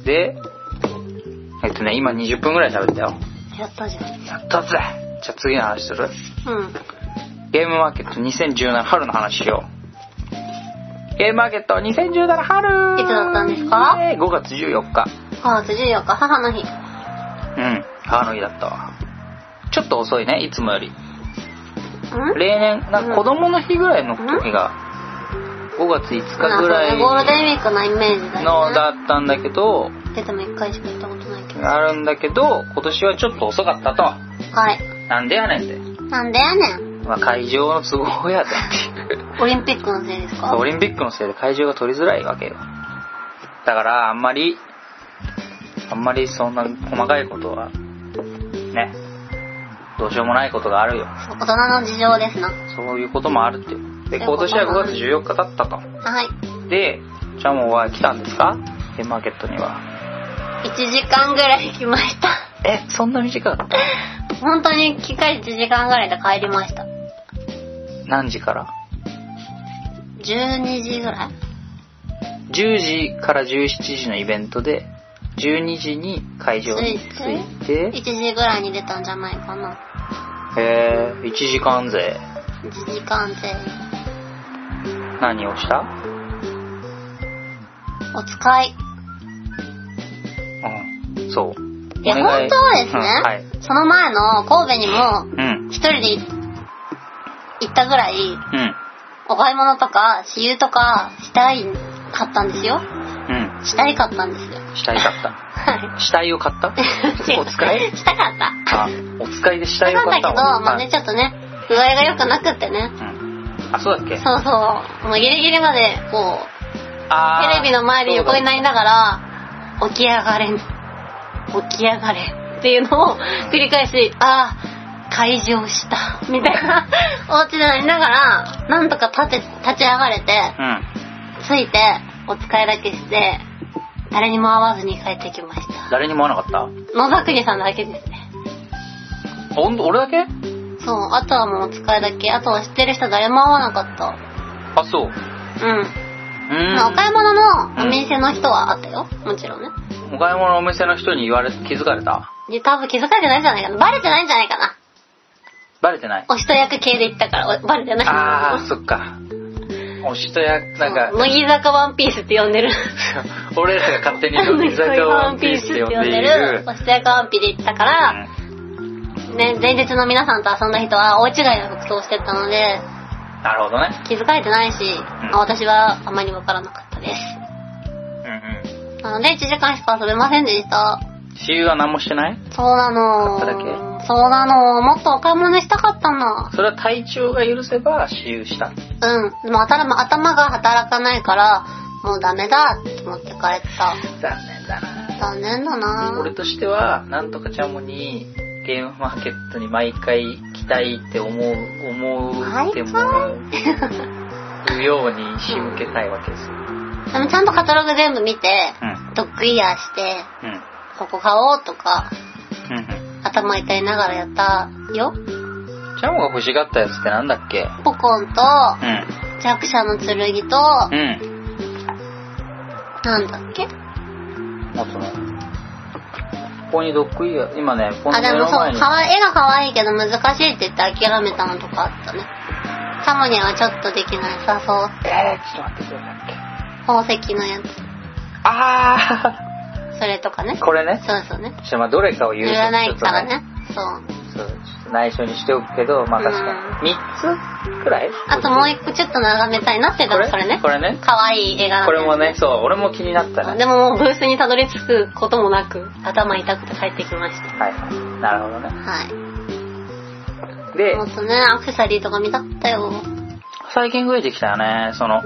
S1: で、えっとね、今20分ぐらい喋ったよ。
S2: やったじゃん。
S1: やったぜじゃあ次の話する
S2: うん。
S1: ゲームマーケット2017春の話しよう。ゲームマーケット2017春
S2: いつだったんですか
S1: えー ?5 月14日。
S2: 5月14日、母の日。
S1: うん。母の日だったわ。ちょっと遅いね、いつもより。
S2: ん
S1: 例年、なんか子供の日ぐらいの時が、5月5日ぐらい
S2: ゴールデンウィークのイメージだよ
S1: の
S2: ね。
S1: だったんだけど、
S2: 出ても一回しか行ったことないけど。
S1: あるんだけど、今年はちょっと遅かったと。
S2: はい。
S1: なんでやねんって。
S2: なんでやねん。
S1: まあ、会場の都合 <laughs> やでっていう。
S2: オリンピックのせいですか
S1: オリンピックのせいで会場が取りづらいわけよ。だから、あんまり、あんまりそんな細かいことは、ね、どうしようもないことがあるよ。
S2: 大人の事情ですな。
S1: そういうこともあるっていう。で、今年は5月14日だったと。
S2: はい。
S1: で、ジャモは来たんですかゲームマーケットには。
S2: 1時間ぐらい来ました。 <laughs>
S1: え、そんな短かった
S2: 本当に機械1時間ぐらいで帰りました。
S1: 何時から
S2: 12時ぐらい
S1: ?10 時から17時のイベントで、12時に会場に着いて
S2: ?1、時ぐらいに出たんじゃないかな。
S1: えー、1時間勢。
S2: 1時間で、
S1: 何をした
S2: お使い。
S1: うん、そう。
S2: いや、
S1: お願
S2: 本当はですね、
S1: うんはい。
S2: その前の神戸にも、
S1: うん、
S2: 一人で行ったぐらい、
S1: うん、
S2: お買い物とか、私有とか、したい、買ったんですよ。
S1: う
S2: したいかったんですよ。
S1: ん。死体買った。
S2: はい。
S1: 死体を買
S2: <laughs>
S1: ったお使い
S2: したかった。
S1: あ、お使いで死
S2: した
S1: 体を
S2: か
S1: 買
S2: ったけ
S1: った
S2: ど、
S1: の
S2: まあね、ちょっとね、具合が良くなくってね。
S1: はいうん。あ、そうだっけ
S2: そうそう。もうギリギリまで、こう、
S1: あー
S2: テレビの前で横になりながら、起き上がれん、起き上がれんっていうのを繰り返し、ああ、解場した、みたい
S1: <laughs>
S2: な、お家でなりながら、なんとか立て、立ち上がれて
S1: そう、だうん。
S2: ついて、お使いだけして、誰にも会わずに帰ってきました。
S1: 誰にも会わなかっ
S2: 野田国さんだけですね。
S1: たほんと俺だけ
S2: そう、あとはもうお使いだけ。あとは知ってる人誰も会わなかった。
S1: あ、そう。う
S2: うん。
S1: ーん。
S2: まあお買い物のお店の人はあったよ。もちろんね。
S1: お買い物のお店の人に言われ、気づかれた
S2: で、多分気づかれてないんじゃないかな。バレてないんじゃないかな。
S1: バレてない。
S2: お人役系で行ったから、おバレてない。
S1: あー、そっか。おしとや、なん
S2: そう
S1: か、
S2: <laughs> 乃木坂ワンピースって呼んでる。
S1: 俺らが勝手に <laughs> 乃木坂ワンピースって呼んでいる。
S2: お人役ワンピで行ったか
S1: う
S2: ら、
S1: ん
S2: ね、前日の皆さんと遊んだ人は大違いの服装をしてたので、
S1: なるほどね。
S2: 気づかれてないし、まあ私はあまりわからなかったです。
S1: うん
S2: なので、1時間しか遊べませんでした。
S1: うん。私有は何もしてない
S2: そうなの
S1: 買った
S2: そうなのもっとお買い物したかったの。
S1: それは体調が許せば私有した。
S2: うん。でも頭頭が働かないから、もうダメだって思って帰った。
S1: 残念だな。
S2: 残念だな
S1: 俺としては、なんとかちゃんもに、ゲームマーケットに毎回来たいって思う、思ってもらうように仕向けたいわけですよ。
S2: でもちゃんとカタログ全部見て、
S1: うん
S2: ドッグイヤーして、
S1: うん。
S2: ここ買おうとか、
S1: うんうん。
S2: 頭痛いながらやったよ。
S1: ジャムが欲しがったやつってなんだっけ
S2: ポコンと、
S1: う
S2: 弱者の剣と、
S1: ん。うん。
S2: なんだっけ
S1: あとね、ここにドッグイヤー、今ね、この
S2: あ、で
S1: 目
S2: も
S1: の
S2: そう、
S1: 前に。
S2: かわい絵が可愛いけど難しいって言って諦めたのとかあったね。サモにはちょっとできないさそう。
S1: えー、ちょっと待ってくれなんだっけ
S2: 宝石のやつ。
S1: あ
S2: それとかね
S1: ー、。こ <laughs> れね。
S2: そうそうね。
S1: ちょっとまあどれかを言う
S2: 言
S1: と
S2: わない
S1: ちょ
S2: か
S1: っ
S2: ら
S1: と
S2: ね。そう。
S1: そうちょっと内緒にしておくけど、まあ確かに。3つくらい
S2: あともう一個ちょっと眺めたいなって言ったのこれね
S1: こ。れね。
S2: 可愛い絵柄
S1: これもね、そう、俺も気になったね。
S2: でももうブースにたどり着くこともなく、頭痛くて帰ってきました。
S1: はいはい。なるほどね。
S2: はい。
S1: で
S2: も、っとね、アクセサリーとか見たかったよ。ね
S1: 最近増えてきたよね、その、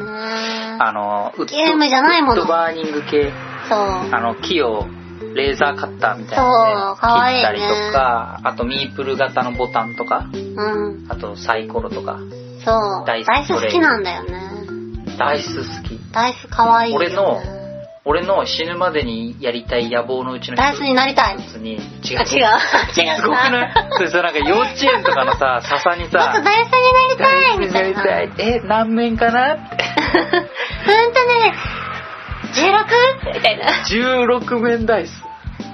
S1: あの、ウッド
S2: ゲームじゃないもの
S1: ウッドバーニング系、
S2: そう。
S1: あの、木をレーザーカッターみたいなの
S2: そうかわいい
S1: で
S2: ね
S1: 切ったりとか、あとミープル型のボタンとか、
S2: うん。
S1: あとサイコロとか、
S2: そう。
S1: ダイス
S2: ダイス好きなんだよね。
S1: ダイス好き。
S2: ダイス可愛いよ、ね。
S1: 俺の俺の死ぬまでにやりたい野望のうちの
S2: ダイスになりたい。
S1: つに、違う。
S2: あ違う。違う。
S1: <laughs> すごくないそれさ、なんか幼稚園とかのさ、笹に
S2: <laughs> もっと
S1: さ、
S2: ダイスになりたいみたいな。
S1: 大体え、何面かなって。
S2: <laughs> ほんとね、16? みたいな。
S1: 16面ダイス。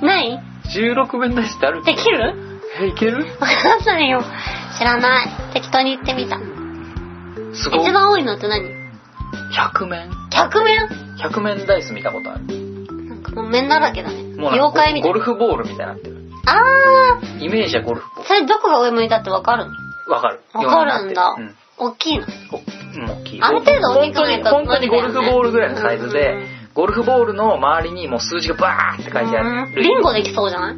S2: ない
S1: 16面ダイスってある
S2: できる
S1: え、いける
S2: わかんないよ。知らない。適当に言ってみた。
S1: すごい。
S2: 一番多いのって何
S1: 100面
S2: ?100 面
S1: ?100 面ダイス見たことある。
S2: なんかもう面だらけだ
S1: も
S2: ね。
S1: うなんか
S2: 妖怪みたい
S1: ゴル
S2: な。
S1: フボールみたいになってる。
S2: あ
S1: イメージはゴルフボ
S2: ー、それどこが上向いたってわかるの
S1: ール。わかる。
S2: わかるんだ
S1: ようになってる。
S2: 大きいの。
S1: うん。おもう大きい。
S2: ある程度大きくないと
S1: 本当に、本当にゴルフボールぐらいのサイズ
S2: うんうん
S1: で
S2: うん、
S1: ゴルフボールの周りにもう数字がバーって書いてあ
S2: うん
S1: る。
S2: ビンゴできそうじゃない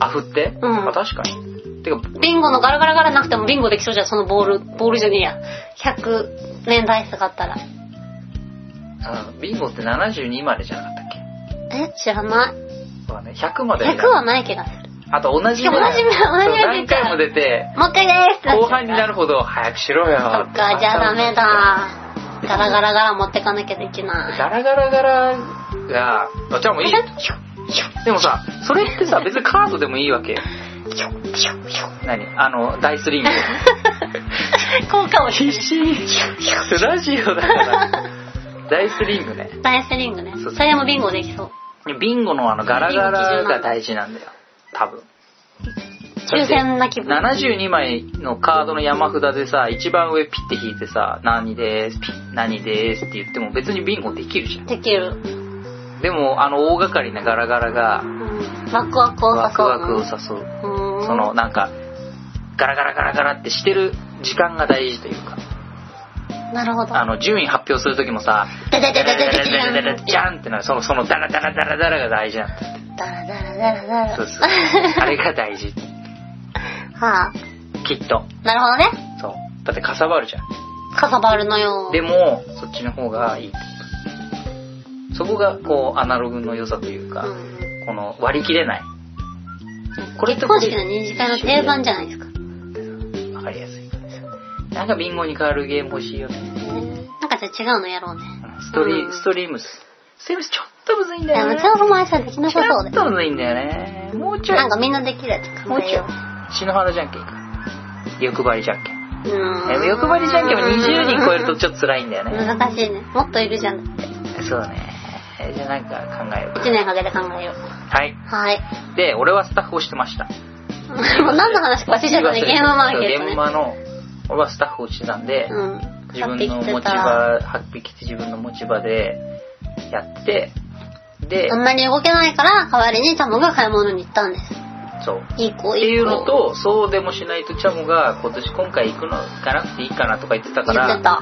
S1: あ、振って、
S2: ん
S1: あ、確かに。てか、
S2: ビンゴのガラガラガラなくてもビンゴできそうじゃん、そのボール。ボールじゃねえや。100年ダイスがあったら。
S1: あのビンゴって72までじゃなかったっけ
S2: え知らない。
S1: そうだね、100まで。
S2: 100はない気がする。
S1: あと同じ
S2: しかも同じ
S1: そう
S2: 同じ
S1: 何回も出て、
S2: もう一回でーすってなっちゃう
S1: 後半になるほど早くしろよ。
S2: そっか、じゃあダメ。だ。ガラガラガラ持ってかなきゃできない。
S1: ガラガラガラが、あ、じゃあもういい。
S2: <laughs>
S1: でもさ、それってさ、別にカードでもいいわけよ。
S2: <laughs>
S1: 何あの、ダイスリング。
S2: 効果を
S1: 必死に。ラジオだから。ダイスリングね。
S2: ダイスリングね。
S1: そう
S2: それもビンゴできそう。
S1: ビンゴのあのガラガラが大事なんだよ。多分。
S2: 抽選な気分。
S1: 72枚のカードの山札でさ、一番上ピッて引いてさ、何です、ピッ、何ですって言っても別にビンゴできるじゃ
S2: できる。
S1: ん。でも、あの大掛かりなガラガラが、
S2: うんワクワクを誘う。
S1: ワクワクを誘う。
S2: うん
S1: その、なんか、ガラガラガラガラってしてる時間が大事というか、
S2: なるほど。
S1: あの、順位発表する時もさ、
S2: ダダ
S1: ダ
S2: ダ
S1: ラ
S2: ダ
S1: ダ
S2: ダ
S1: ラ
S2: ダ
S1: ダ
S2: ダ
S1: ラダラ
S2: ダ
S1: ジャンってなる、その、そのダラダラダラダラが大事なんだ。
S2: ダラダラダラダラ。
S1: そう
S2: <laughs>
S1: そう。あれが大事。
S2: はあ、
S1: きっと。
S2: なるほどね。
S1: そう。だってかさばるじゃん。
S2: かさばるのよ。
S1: でも、そっちの方がいいってこと。そこが、こう、アナログの良さという
S2: う
S1: か、
S2: ん、
S1: この割り切れない。これと
S2: 結
S1: これ
S2: 婚式の二次会の定番じゃないですか。
S1: わかりやすい。なんかビンゴに変わるゲーム欲しいよね。
S2: なんかじゃあ違うのやろうね。
S1: ストリ
S2: うん
S1: ストリームス。ストリームスちょっとむずいん
S2: で
S1: だよ
S2: も、
S1: ね。
S2: ちょうど前さできな
S1: ち
S2: さそう
S1: ょっ
S2: で。
S1: とむずいんだよね。もうちょい
S2: な。んかみんなできるやつ
S1: も
S2: 考
S1: う
S2: え
S1: ちょ
S2: よ
S1: い。篠原じゃんけんか。欲張りじゃんけん。
S2: う。う
S1: でも欲張りじゃんけんも20人超えるとちょっと辛いんだよね。
S2: 難しいね。もっといるじゃん。
S1: そうだね。えじゃあなんか考えよ
S2: 1
S1: う。
S2: 年かけて考えよう。
S1: はい。
S2: はい。 <laughs>
S1: で、俺はスタッフをしてました。
S2: もう何の話か忘れちゃったね。ゲームマーケット
S1: そう現
S2: ね。
S1: 場の、俺はスタッフをしてたんで、
S2: うん。
S1: 自
S2: 買っ
S1: 分
S2: て
S1: の
S2: き
S1: 持
S2: て
S1: ち
S2: た。
S1: 場、発揮して自分の持ち場でやって、で
S2: あ、んまり動けないから、代わりにタモが買い物に行ったんです。
S1: そう。
S2: いい子、
S1: って
S2: いい子。
S1: いうの、と、そうでもしないとチャモが今年今回行くの行かなくていいかなとか言ってたか
S2: 言
S1: ら、
S2: ってた。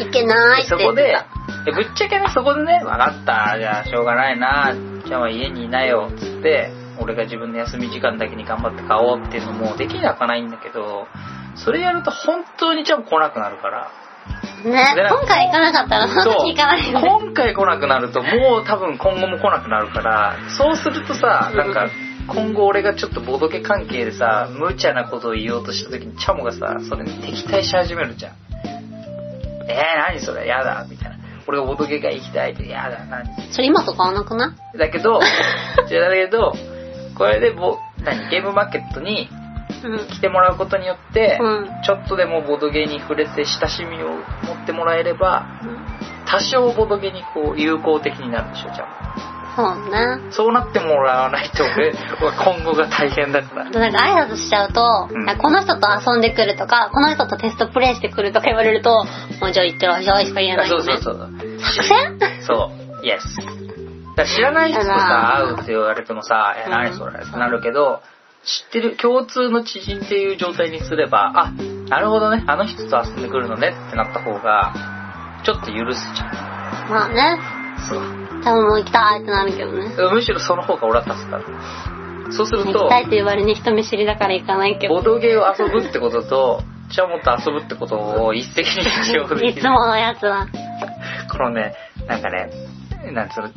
S2: いけないって
S1: そ
S2: 言
S1: こ
S2: っ
S1: で
S2: てた。、
S1: えぶっちゃけね、そこでね、分かった、じゃあしょうがないな、チャモは家にいなよ、つって、俺が自分の休み時間だけに頑張って買おうっていうのもできなくはないんだけど、それやると本当にチャモ来なくなるから、
S2: ね
S1: でな、んか
S2: 今回行かなかったら、その時行かないよね。
S1: 今回来なくなるともう多分今後も来なくなるからそうするとさなんか今後俺がちょっとボドゲ関係でさ、無茶なことを言おうとした時にチャモがさ、それに敵対し始めるじゃん。えー、何それやだみたいな。俺がボドゲが行きたいって、やだ、何
S2: それ今と変わんなくない
S1: だけ
S2: <laughs>
S1: ど、じゃあだけど、これでぼ、何、ゲームマーケットに
S2: うん。
S1: 来てもらうことによって、
S2: うん
S1: ちょっとでもボドゲに触れて親しみを持ってもらえれば、多少ボドゲにこう友好的になるでしょ、じゃあ。
S2: そうね。
S1: そうなってもらわないと俺、俺今後が大変だから。
S2: なんか挨拶しちゃうと、
S1: うん
S2: あこの人と遊んでくるとか、この人とテストプレイしてくるとか言われると、もうじゃあ行ってらっしゃいしか言えない
S1: そ
S2: よ
S1: う
S2: ね。
S1: そうそう。
S2: 作戦
S1: そう、イエス。だから知らない人とさ、会うって言われてもさ、え、何それってなるけど、知ってる、共通の知人っていう状態にすれば、あ、なるほどね、あの人と遊んでくるのねってなった方が、ちょっと許すじゃん。
S2: <laughs> まあね。
S1: そう。
S2: 多分もう行きたいってなるけどね。
S1: むしろその方が俺は助かる。そうする
S2: 行
S1: と
S2: き、たいって言われに人見知りだから行かないけど。
S1: ボドゲーを遊ぶってことと、チャモと遊ぶってことを一石二鳥で
S2: <laughs> い
S1: き
S2: つ
S1: る。
S2: ものやつは。
S1: このね、なんかね、なんつうの、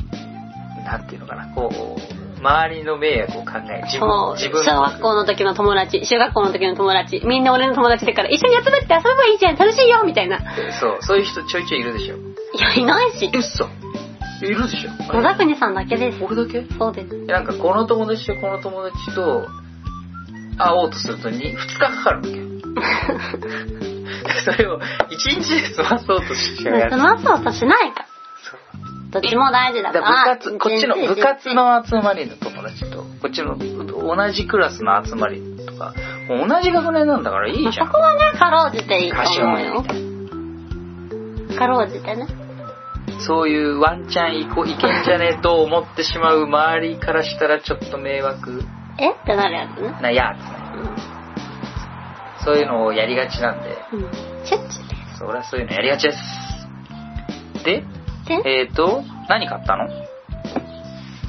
S1: なんていうのかな、こう、周りの迷惑を考え、自
S2: そ
S1: 分、
S2: う
S1: 自分
S2: 小学校の時の友達、中学校の時の友達、みんな俺の友達だから一緒に集まって遊べばいいじゃん、楽しいよみたいな。
S1: そう、そういう人ちょいちょいいるでしょ。
S2: いや、いないし。
S1: 嘘いるでしょ。
S2: 小田国さんだけです。
S1: 俺だけ
S2: そうです。
S1: なんかこの友達とこの友達と会おうとすると 2, 2日かかるわけ
S2: <laughs>
S1: よ。それを1日で済まそうとし
S2: そ
S1: ちゃうやつ。
S2: の後としないから。
S1: そう
S2: どっちも大事だ
S1: だ
S2: か。
S1: からら部活、こっちの
S2: 全然
S1: 部活の集まりの友達と、こっちの同じクラスの集まりとか、もう同じ学年なんだからいいじゃ
S2: そ
S1: ん
S2: こ。はね、かろうじていいと思う
S1: 柏
S2: よ
S1: 木。み
S2: かろうじてね。
S1: たいなそういうワンチャンいこいけんじゃねえと思ってしまう周りからしたらちょっと迷惑
S2: えってなるやつね。
S1: なやつね。そういうのをやりがちなんで、
S2: うん。チュッチュ
S1: そう俺はそういうのやりがちです。で、
S2: で。で、
S1: えーと、何買ったの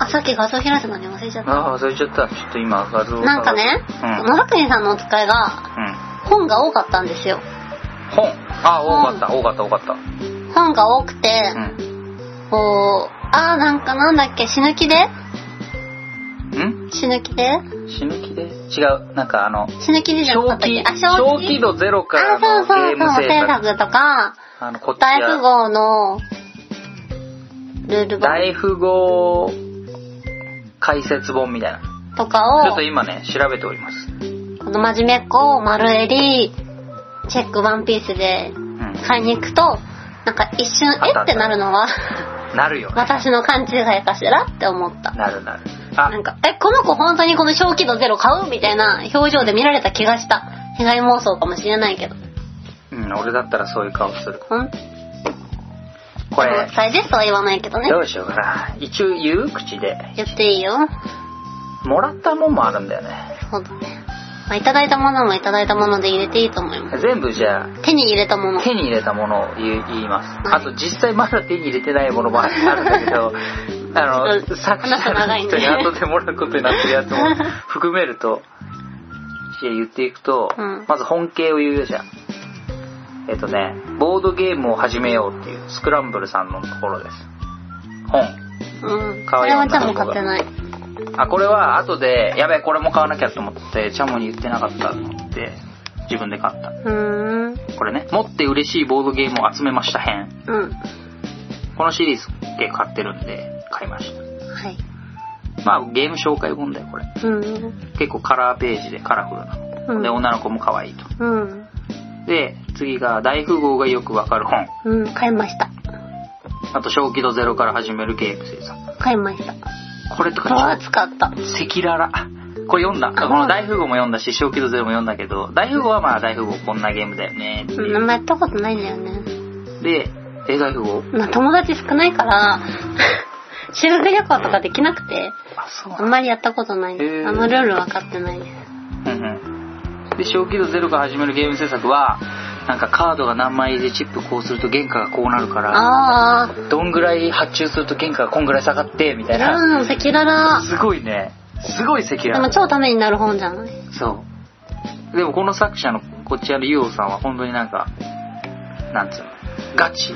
S2: あ、さっき画像開いたのに忘れちゃった。
S1: ああ、忘れちゃった。ちょっと今画像を探して
S2: なんかね、
S1: うん。
S2: 野田国さんのお使いが
S1: うん。
S2: 本が多かったんですよ。
S1: 本。あ、多かった、多かった、多かった。
S2: 本が多くて、
S1: うん。
S2: こう、あーなんかなんだっけ、死ぬ気で
S1: うん
S2: 死ぬ気で
S1: 死ぬ気で違うなんかあの
S2: 死ぬ気でじゃなか
S1: 正
S2: ったっけ
S1: 気
S2: あ、
S1: 正気度ゼロから
S2: あ、そう
S1: の
S2: そ
S1: ゲ
S2: う
S1: ーム
S2: そう、
S1: 制
S2: 制
S1: 作
S2: 作とか、
S1: あのこっち
S2: 大富
S1: は
S2: 豪のルール本
S1: 大富豪解説本みたいなち
S2: とか
S1: ょっ
S2: を
S1: と、今ね調べております
S2: この真面目っ子を丸襟、チェックワンピースで
S1: うん
S2: 買いに行くと、なんか一瞬、
S1: あった
S2: えってなるのは、 <laughs>
S1: なるよね
S2: 私の勘違いかしらって思った。
S1: なるなるあ
S2: なんか、え、この子本当にこの正気度ゼロ買うみたいな表情で見られた気がした。被害妄想かもしれないけど。
S1: うん俺だったらそういう顔する
S2: ほん
S1: これ
S2: ダイジェストは言わないけどね
S1: ど。うしようかな一応言う口で
S2: 言っていいよ。
S1: もらったもんもあるんだよね
S2: そうだね。まあ、いただいたものもいただいたもので入れていいと思います。
S1: 全部じゃあ
S2: 手に入れたもの。
S1: 手に入れたものを言う言います。
S2: はい
S1: あと実際まだ手に入れてないものもあるんだけ
S2: <laughs>
S1: ど、あの
S2: ちょっと、
S1: 作者の人に
S2: 話長いんで
S1: 後でもらうことになってるやつも含めると、じゃあ言っていくと、
S2: うん
S1: まず本形を言うよじゃん。えっとね、ボードゲームを始めようっていうスクランブルさんのところです。本。
S2: うん。
S1: 可
S2: こ
S1: 愛い
S2: れ
S1: 女
S2: は
S1: の子
S2: ち
S1: が
S2: ゃんも買ってない。
S1: あ、これは後で、やべえ、これも買わなきゃと思って、チャモに言ってなかったと思って、自分で買った。
S2: うーん。
S1: これね、持って嬉しいボードゲームを集めました編。
S2: うん。
S1: このシリーズで買ってるんで、買いました。
S2: はい。
S1: まあ、ゲーム紹介本だよ、これ。
S2: うん。
S1: 結構カラーページでカラフルな
S2: う
S1: の。
S2: ん
S1: で、女の子も可愛いと。
S2: うん。
S1: で、次が、大富豪がよくわかる本。
S2: うん。買いました。
S1: あと、小気度ゼロから始めるゲーム制作。
S2: 買いました。
S1: これと
S2: これ
S1: か、
S2: は使った。
S1: 赤裸々。これ読んだ。
S2: あ
S1: この大富豪も読んだし、小気度ゼロも読んだけど、大富豪はまあ、大富豪こんなゲームだよねって
S2: うん。あ
S1: い
S2: ん
S1: う。
S2: まやったことないんだよね。
S1: で、え、大富豪
S2: まあ、友達少ないから、 <laughs> 修学旅行とかできなくて、
S1: あ、そう
S2: あ
S1: なんん
S2: まりやったことないで
S1: へ
S2: す。
S1: ー
S2: あのルール分かってないです。
S1: うんうん。で、小気度ゼロから始めるゲーム制作は、なんかカードが何枚でチップこうすると原価がこうなるから、
S2: あ
S1: どんぐらい発注すると原価がこんぐらい下がって、みたいな。
S2: あ。うん、赤裸々。
S1: すごいね。すごい赤
S2: で
S1: 裸
S2: も
S1: 々。
S2: 超ためになる本じゃない
S1: そう。でもこの作者のこっちらのユオさんは本当になんか、なんつうの、ガチ、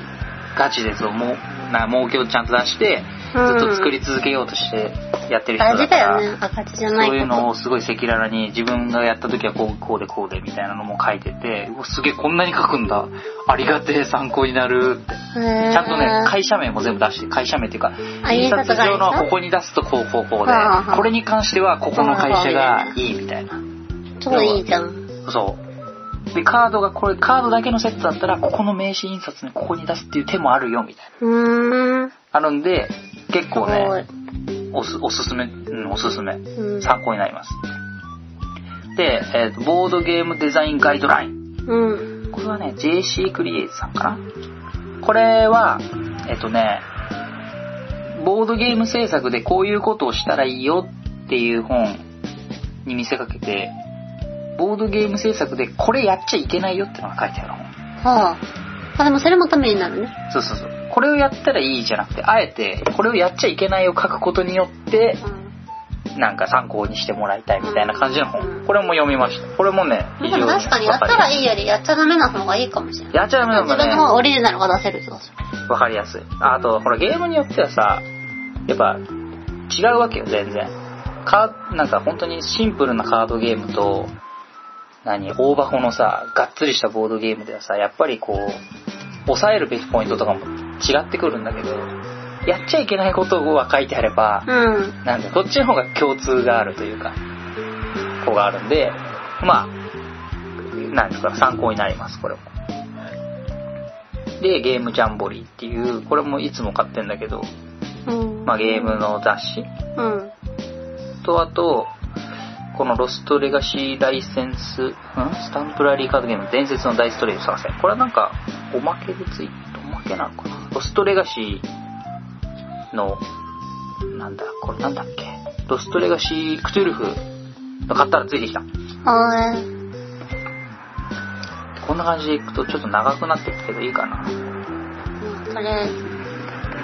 S1: ガチですよ。もう、な、儲けをちゃんと出して、
S2: うん
S1: ずっと作り続けようとしてやってる人
S2: 大
S1: だ
S2: 事
S1: か
S2: だよね
S1: ら、
S2: 赤字じゃない
S1: そう
S2: こ
S1: いう
S2: と
S1: のをすごい赤裸々に自分がやった時はこうこうでこうでみたいなのも書いててうわすげえこんなに書くんだありがてえ参考になるって
S2: ちゃ
S1: ちゃんとね、会社名も全部出して、会社名っていうか、
S2: あ
S1: 印刷上の
S2: 印刷会社
S1: ここに出すとこうこうこうで
S2: はあは、あ
S1: これに関してはここの会社がいいみたいな。
S2: 超いいじゃん
S1: そう。で、カードがこれ、カードだけのセットだったら、ここの名刺印刷にここに出すっていう手もあるよ、みたいな。
S2: うーんす
S1: あるんで、結構
S2: ごい
S1: ね、おす、おすすめ、うん、おすすめ。
S2: うん
S1: 参考になります。で、えーとボードゲームデザインガイドライン。
S2: うん
S1: これはね、JC クリエイトさんかなこれは、えっとね、ボードゲーム制作でこういうことをしたらいいよっていう本に見せかけて、ボードゲーム制作でこれやっちゃいけないよってのが書いてある本。
S2: はああでもそれもためになるね
S1: そうそうそう。これをやったらいいじゃなくて、あえてこれをやっちゃいけないを書くことによって、なんか参考にしてもらいたいみたいな感じの本。これも読みました。これもね、
S2: でも確かにやったら
S1: い。
S2: いいよりやっちゃダメな方がいいかもしれない
S1: やっちゃダメだも
S2: 自
S1: んね。
S2: 分の方がオリジナルが出せる気がする
S1: わかりやすい。ああと、ほら、ゲームによってはさ、やっぱ、違うわけよ、全然。カーなんか本当にシンプルなカードゲームと、何、大箱のさ、がっつりしたボードゲームではさ、やっぱりこう、抑えるべきポイントとかも違ってくるんだけど、やっちゃいけないことが書いてあれば、
S2: うん
S1: なんで、こっちの方が共通があるというか、こうがあるんで、まあ、なんですか、参考になります、これも。で、ゲームジャンボリーっていう、これもいつも買ってんだけど、
S2: うん
S1: まあゲームの雑誌
S2: うん
S1: と、あと、このロストレガシーライセンス、んスタンプラリーカードゲーム伝説のダイストレイを探せ。これはなんか、おまけでついて、おまけなのかなロストレガシーの、なんだ、これなんだっけロストレガシークトゥルフの買ったらついてきた。
S2: は
S1: こんな感じでいくとちょっと長くなってくけどいいかな。
S2: ーいこれ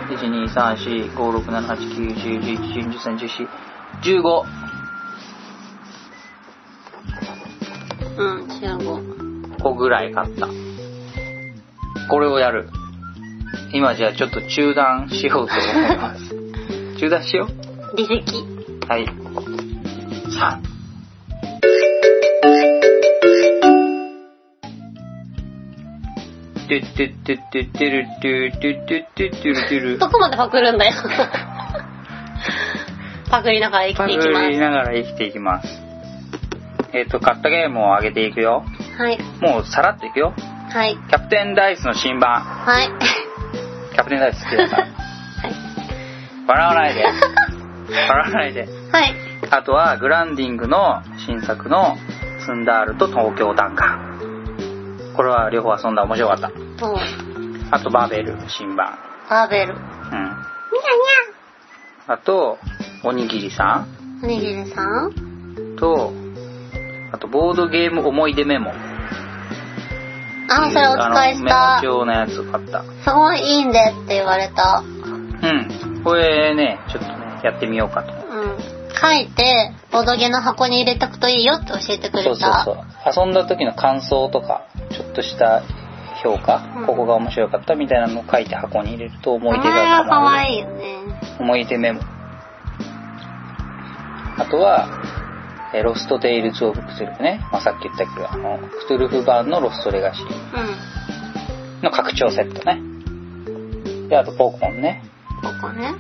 S1: 1,2,3,4,5,6,7,8,9,10,11,12,13,14,15。
S2: うん15
S1: 5個ぐらい買った。これをやる。今じゃあちょっと中断しようと思います。中断しよう
S2: 履歴
S1: はい。さあ。てってってってってるってってってってってるてる。
S2: どこまでパクるんだよ <laughs> パクりながら生き
S1: パズ
S2: ていき
S1: ルり
S2: ま
S1: ながら生きていきます。えっ、と、買ったゲームを上げていくよ。
S2: すはい
S1: もうさらっといくよ。
S2: はい
S1: キャプテンダイスの新版。
S2: はい
S1: キャプテンダイス好きだから。笑わ
S2: <laughs>
S1: ないで。笑わないで。
S2: はい
S1: あとは、グランディングの新作のツンダールと東京短歌。これは両方遊んだ面白かった。
S2: と
S1: あと、バーベル、新版。
S2: バーベル
S1: うん。あと、おにぎりさん
S2: おにぎりさん
S1: と、あと、ボードゲーム思い出メモ。
S2: あそれお使いし
S1: あ
S2: た
S1: のメモ帳のやつを買った。
S2: すごいいいんでって言われた
S1: うん。これね、ちょっとね、やってみようかと。
S2: うん書いてボドゲの箱に入れとくといいよって教えてくれた
S1: そうそうそう。遊んだ時の感想とか、ちょっとした評価、
S2: うん
S1: ここが面白かったみたいなのを書いて箱に入れると思い出
S2: 名前
S1: が
S2: は
S1: た
S2: 可
S1: ま
S2: 愛
S1: る。
S2: いよね
S1: 思い出メモ。あとは、えーロストテイルズ・オブ・クトゥルフね。まあ、さっき言ったけど、あの、クトゥルフ版のロストレガシー
S2: う
S1: の拡張セットね。で、あとポーコンね。
S2: んここね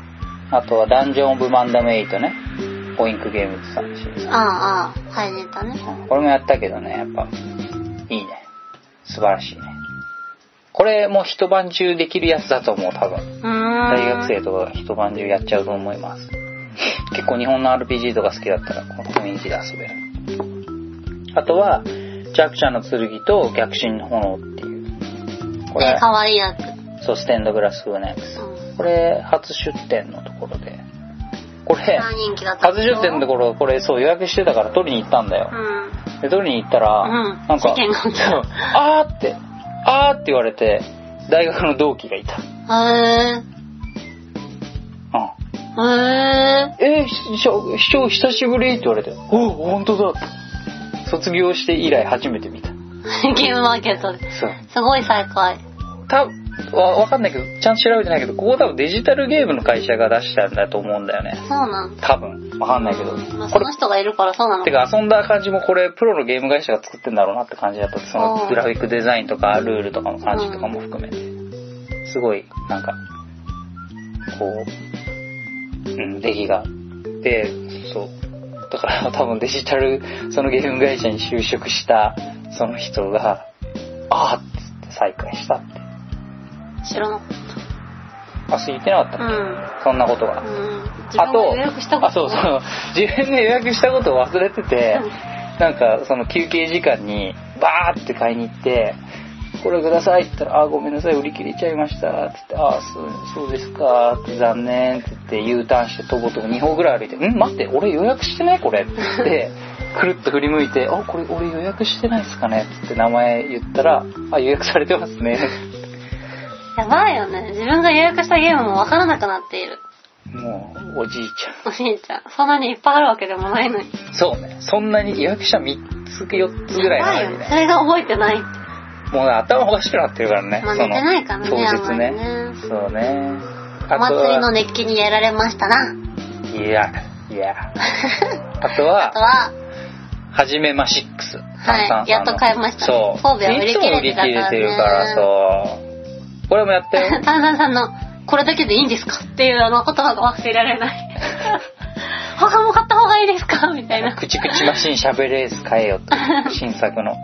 S1: あとはダンジョン・オブ・マンダム8ね。ポインクゲームズさんの新作
S2: ああああ入れたね
S1: これもやったけどね、やっぱ、いいね。素晴らしいね。これも一晩中できるやつだと思う、多
S2: う
S1: 分。
S2: ーん
S1: 大学生とかが一晩中やっちゃうと思います。結構日本の RPG とか好きだったら、この雰囲気で遊べる。あとは、弱者の剣と逆進の炎っていう。こ
S2: で
S1: れ、
S2: 可愛いやつ
S1: そう、ステンドグラス風のやつ。
S2: うん
S1: これ、初出店のところで。これ、
S2: 大人気だった
S1: 初出店のところ、これ、そう、予約してたから取りに行ったんだよ。
S2: うん
S1: で取りに行ったら、
S2: うん
S1: なんか
S2: 事件が起きた
S1: そうあーってあーって言われて大学の同期がいた、
S2: へえ
S1: う
S2: へ
S1: ん、
S2: え
S1: えー、師匠師匠久しぶりって言われておお本当だって卒業して以来初めて見た
S2: ゲームマーケットで
S1: そう
S2: すごい再会
S1: たわわかんないけどちゃんと調べてないけどここ多分デジタルゲームの会社が出したんだと思うんだよね
S2: そうなん
S1: 多分わかんないけど
S2: まあ、
S1: こ
S2: そ
S1: れ
S2: の人がいるからそうなの
S1: て
S2: か
S1: か遊んだ感じもこれプロのゲーム会社が作ってんだろうなって感じだったそ
S2: あー
S1: のグラフィックデザインとかルールとかの感じとかも含めてすごいなんかこう、うん、出来があってそうだから多分デジタルそのゲーム会社に就職したその人がああっつって再会したって
S2: 知らなかっ
S1: あそう言ってなかったた、
S2: うん
S1: そんなことは
S2: うん自
S1: あ
S2: 分
S1: と
S2: が予約したこと
S1: あそうそう自分で予約したことを忘れて
S2: <laughs>
S1: てなんかその休憩時間にバーって買いに行って「これください」って言ったら「あーごめんなさい売り切れちゃいました」って言って「あーそうそうですか」って残念って言って U ターンしてとぼとぼ2歩ぐらい歩いて「ん待って俺予約してないこれ」って言
S2: <laughs>
S1: ってくるっと振り向いて「あこれ俺予約してないですかね」って言って名前言ったら「あ予約されてます
S2: <laughs>
S1: ね」
S2: やばいよね自分が予約したゲームもわからなくなっている
S1: もうおじいちゃん
S2: おじいちゃんそんなにいっぱいあるわけでもないのに
S1: そうね。そんなに予約した3つか4つぐらいなの
S2: やば
S1: に
S2: よね
S1: ね
S2: そ。れが覚えてない
S1: もうね頭おかしくなってるからね。
S2: まあ
S1: その
S2: 寝てないからね
S1: 当
S2: あんま
S1: 日
S2: り
S1: ね。
S2: ね
S1: そうね。あ
S2: お
S1: と
S2: 祭りの
S1: は、
S2: 熱気にやられましたな
S1: いや、い
S2: <laughs>
S1: や。あと
S2: あと
S1: は、
S2: は
S1: はじめま6。
S2: は
S1: 炭酸
S2: い
S1: さんの
S2: やっと買いました
S1: そう。
S2: 神戸は売り切れ
S1: い
S2: て
S1: つも
S2: たか
S1: 売り切
S2: らね
S1: れてるから、そう。これもや
S2: <laughs>
S1: ったよ
S2: 炭。酸さんの「これだけでいいんですか?」っていうあの言葉が忘れられない
S1: <laughs>
S2: 他も買った方がいいですかみたいな
S1: くちくちマシンしゃべれース買えよって。新作
S2: <laughs>
S1: の。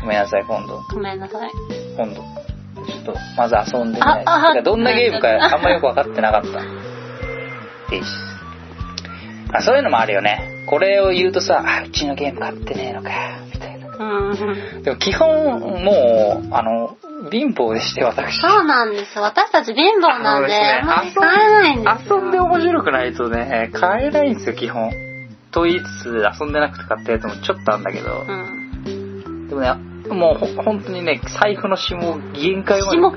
S1: ごめんなさい、今度。
S2: ごめんなさい
S1: 今度。ちょっと、まず遊んでみない。て
S2: ああ
S1: かどんなゲームか
S2: はい
S1: あんまよく分かってなかった。です。あ、そういうのもあるよね。これを言うとさ、あ、うちのゲーム買ってねえのか、みたいな。
S2: うん
S1: でも基本、もう、あの、貧乏でして、私。
S2: そうなんです私たち貧乏なんであんまり
S1: そうですね
S2: 使えないんです
S1: 遊
S2: よ
S1: んで面白くないとね、買えないんですよ、基本。と言いつつ、遊んでなくて買ったやつもちょっとあるんだけど
S2: う。ん
S1: でもね、もうほ本当にね、財布の紐を限界まで。
S2: 紐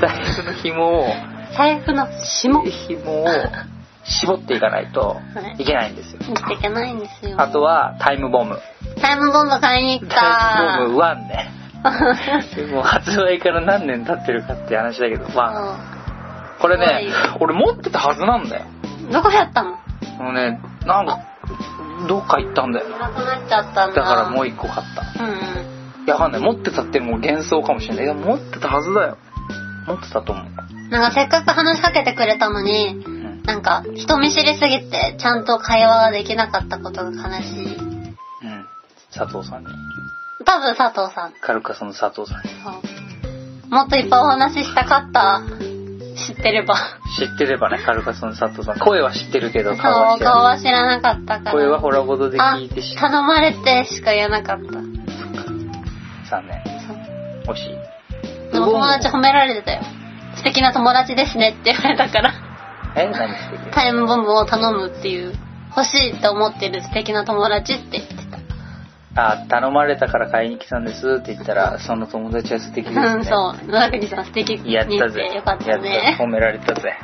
S1: 財布の紐を、
S2: 財布の紐持
S1: 紐を絞っていかないといけないんですよ。
S2: っていけないんですよ
S1: あとはタイムボム。
S2: タイムボンド買いに行った
S1: タイムボム1ね。もう発売から何年経ってるかって話だけど、まあ、これね、俺持ってたはずなんだよ。
S2: うん <laughs> どこやったの
S1: あのね、なんか、どっか行ったんだよ。
S2: なくなっちゃったん
S1: だ
S2: だ
S1: からも
S2: う
S1: う一個買った。
S2: うんうん
S1: いやわかんない。持ってたってもう幻想かもしれない。いや、持ってたはずだよ。持ってたと思う。
S2: なんかせっかく話しかけてくれたのに
S1: うん。
S2: なんか人見知りすぎてちゃんと会話ができなかったことが悲しい
S1: うん。佐藤さんに。
S2: 多分佐藤さん
S1: 軽くその佐藤さんに。
S2: そうもっといっぱいお話ししたかった知ってれば
S1: 知ってればね、カルカソン佐藤さん。声は知ってるけ
S2: そ
S1: ど、
S2: う
S1: 顔は知
S2: 顔
S1: らない。
S2: は知らなかったから
S1: 声はホラボドで
S2: あ
S1: 聞いて知っ
S2: 頼まれてしか言えなかった
S1: 残念。惜しい。
S2: でも友達褒められてたよ素敵な友達ですねって言われたから
S1: え何してる
S2: タイムボムを頼むっていう欲しいと思ってる素敵な友達って言ってた
S1: あ、頼まれたから買いに来たんですって言ったら、その友達は素敵ですね。
S2: うんそう野中さん素敵に
S1: やった
S2: し
S1: ぜ。
S2: てよかった
S1: やっ
S2: ね
S1: た褒められたぜ。
S2: はい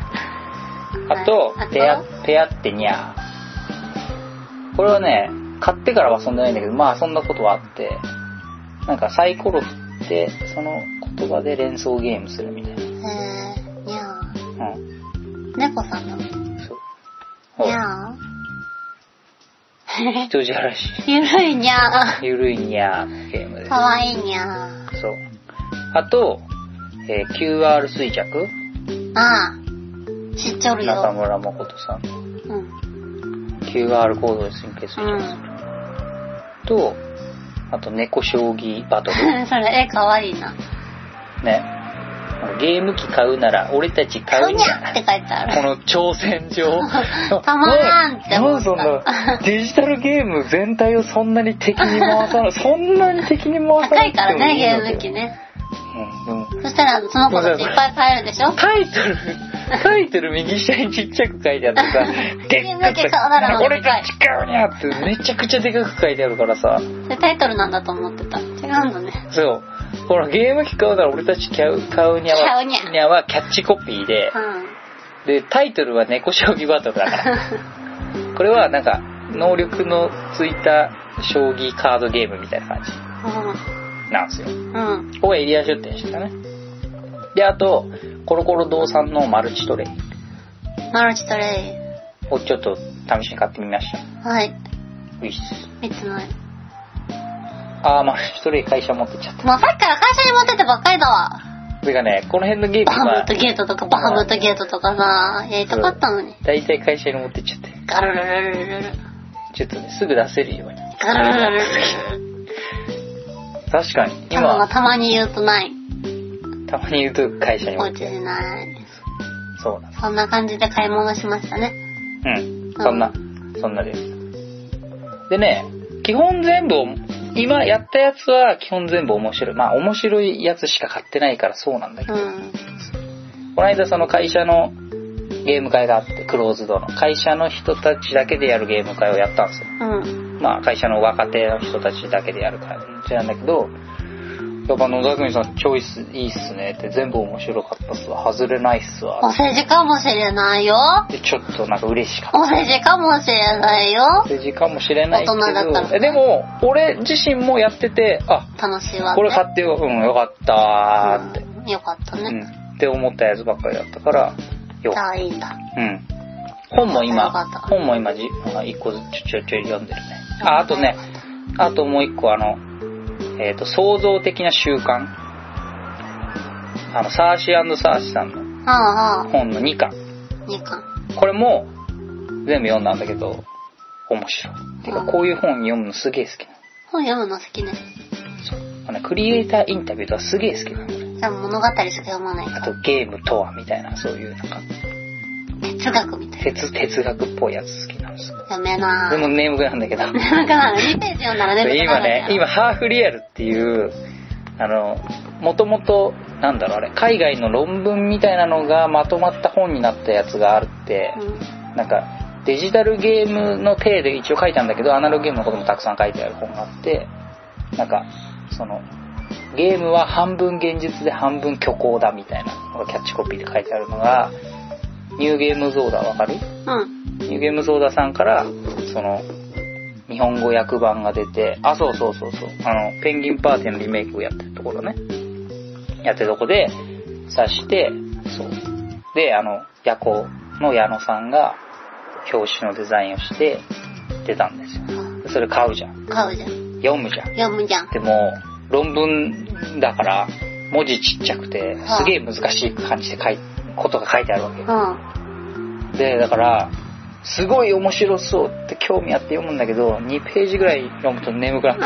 S1: あと
S2: あ、と
S1: ペア、ペアってにゃー。これはね、買ってからは遊んでないんだけど、まあ遊んだことはあって、なんかサイコロ振って、その言葉で連想ゲームするみたい
S2: えーにゃー
S1: な。うん。
S2: 猫さんなのに
S1: そう。ほら、
S2: ゃー
S1: 人じゃらし
S2: ゆるいにゃ
S1: い。ゆるいにゃーってゲームで
S2: ー
S1: す
S2: か。わいいにゃー
S1: そう。あと、えー QR 衰弱。
S2: ああ知っちょる
S1: 中
S2: よ、
S1: 村誠さんの
S2: うん
S1: QR コードで神経衰
S2: う
S1: 弱
S2: ん、
S1: と、あと猫将棋バト
S2: <laughs>
S1: ル。
S2: それ絵かわいいな「
S1: ね。ゲーム機買うなら俺たち買
S2: ふ
S1: うん
S2: にゃ」
S1: だ
S2: って書い。てある
S1: この挑戦状。
S2: <laughs> たまらんって思った
S1: ねなんでそんなデジタルゲーム全体をそんなに敵に回さない。そんなに敵に回さ
S2: 高
S1: ない
S2: からねゲーム機
S1: ね。
S2: ね
S1: うん、でも
S2: そしたらその子たちいっぱい買えるでしょ
S1: タイトル、タイトル右下にちっちゃく書いてあって <laughs> さ、
S2: ゲーム機買うなら
S1: 俺たち買うにゃってめちゃくちゃでかく書いてあるからさ。
S2: それタイトルなんだと思ってた違うんだね
S1: そう。このゲーム機買うなら俺たち買う、買うにゃは、
S2: 買うにゃ
S1: はキャッチコピーで、
S2: う
S1: で、タイトルは猫将棋バトルだ <laughs> から。これはなんか、能力のついた将棋カードゲームみたいな感じ
S2: ん
S1: なんですよ。
S2: うんうん
S1: ここエリア出店してたね。で、あと、コロコロ堂さんのマルチトレイ
S2: マルチトレ
S1: をちょっと試しに買ってみました。
S2: イ。はい。
S1: ういっす。
S2: 見てない。
S1: あー、マルチトレイ会社持ってっちゃっ
S2: もうさっきから会社に持ってってばっかりだわ。
S1: た。てかね、この辺のゲーム
S2: バハム
S1: は
S2: ート、ゲートとかバハムートゲートとかさ、やりたかったのに。
S1: だいたい会社に持ってっちゃって。
S2: ガルルルルルル。
S1: ちょっとね、すぐ出せるように。
S2: ガルルルルルル。
S1: 確かに、
S2: たま
S1: 今、
S2: たまに言うとない。
S1: たまに言うと会社に
S2: お
S1: 持っ
S2: うち
S1: てっ
S2: にない。
S1: そうなんで
S2: そんな感じで買い物しましたね。
S1: す。うん。そんな、そんなです。でね、基本全部、今やったやつは基本全部面白い。まあ面白いやつしか買ってないからそうなんだけど
S2: う。ん。
S1: この間その会社のゲーム会があって、クローズドの。会社の人たちだけでやるゲーム会をやったんですよ。
S2: うん。
S1: まあ会社の若手の人たちだけでやる感じなんだけど、やっぱ野田組さんチョイスいいっすねって全部面白かったっすわ。外れないっす
S2: お
S1: わ。
S2: 世辞かもしれないよ。
S1: で、ちょっとなんか嬉しかった。
S2: お世辞かもしれないよ。
S1: 政治かもしれないけど
S2: 大人だったら
S1: えでも、俺自身もやってて、あ、
S2: 楽しいわね。
S1: これ買ってよ、うん、よかったーって、
S2: うんよかった
S1: う
S2: ね。
S1: ん、って思ったやつばっかりだったから、よ
S2: じゃあいいんだ。
S1: うん。本も今
S2: よかった、
S1: 本も今じ、あ一個ずつちょちょちょい読んでるね。あ、あとね、あともう一個あの、えっ、と、創造的な習慣。あの、サーシーサーシさんの
S2: はあは
S1: 本の2巻。
S2: あ。いいか。
S1: これも、全部読んだんだけど、面白い。てか、こういう本読むのすげえ好きな
S2: 本読むの好きね。
S1: の。そう。あのね、クリエイターインタビューとかすげえ好きなの。
S2: じゃあ物語しか読まないか
S1: あ
S2: ら。
S1: と、ゲームとはみたいな、そういうなんか、
S2: 哲学みたい
S1: 哲、哲学っぽいやつ好きなんですよ
S2: な。読めな
S1: でも
S2: い。
S1: 眠くなんだけど。
S2: <laughs> なんか、2ページ読んだら
S1: で
S2: ね、
S1: 今ね、今、ハーフリアルっていう、あの、もともと、なんだろうあれ、海外の論文みたいなのがまとまった本になったやつがあるって、
S2: うん
S1: なんか、デジタルゲームの体で一応書いたんだけど、アナログゲームのこともたくさん書いてある本があって、なんか、その、ゲームは半分現実で半分虚構だみたいなのがキャッチコピーで書いてあるのが、ニューゲームゾーダわかる
S2: うん。
S1: ニューゲームゾーダさんから、その、日本語訳版が出て、あ、そうそうそうそう、あの、ペンギンパーティーのリメイクをやってるところね。やってるとこで、刺して、そう。で、あの、夜行の矢野さんが、表紙のデザインをして、出たんですよ。
S2: うん。
S1: それ買うじゃん。
S2: 買うじゃん。
S1: 読むじゃん。
S2: 読むじゃん。
S1: でも、論文だから、文字ちっちゃくて、すげえ難しい感じで書い、ことが書いてあるわけよ。
S2: う
S1: でだからすごい面白そうって興味あって読むんだけど2ページぐらい読むと眠くなっ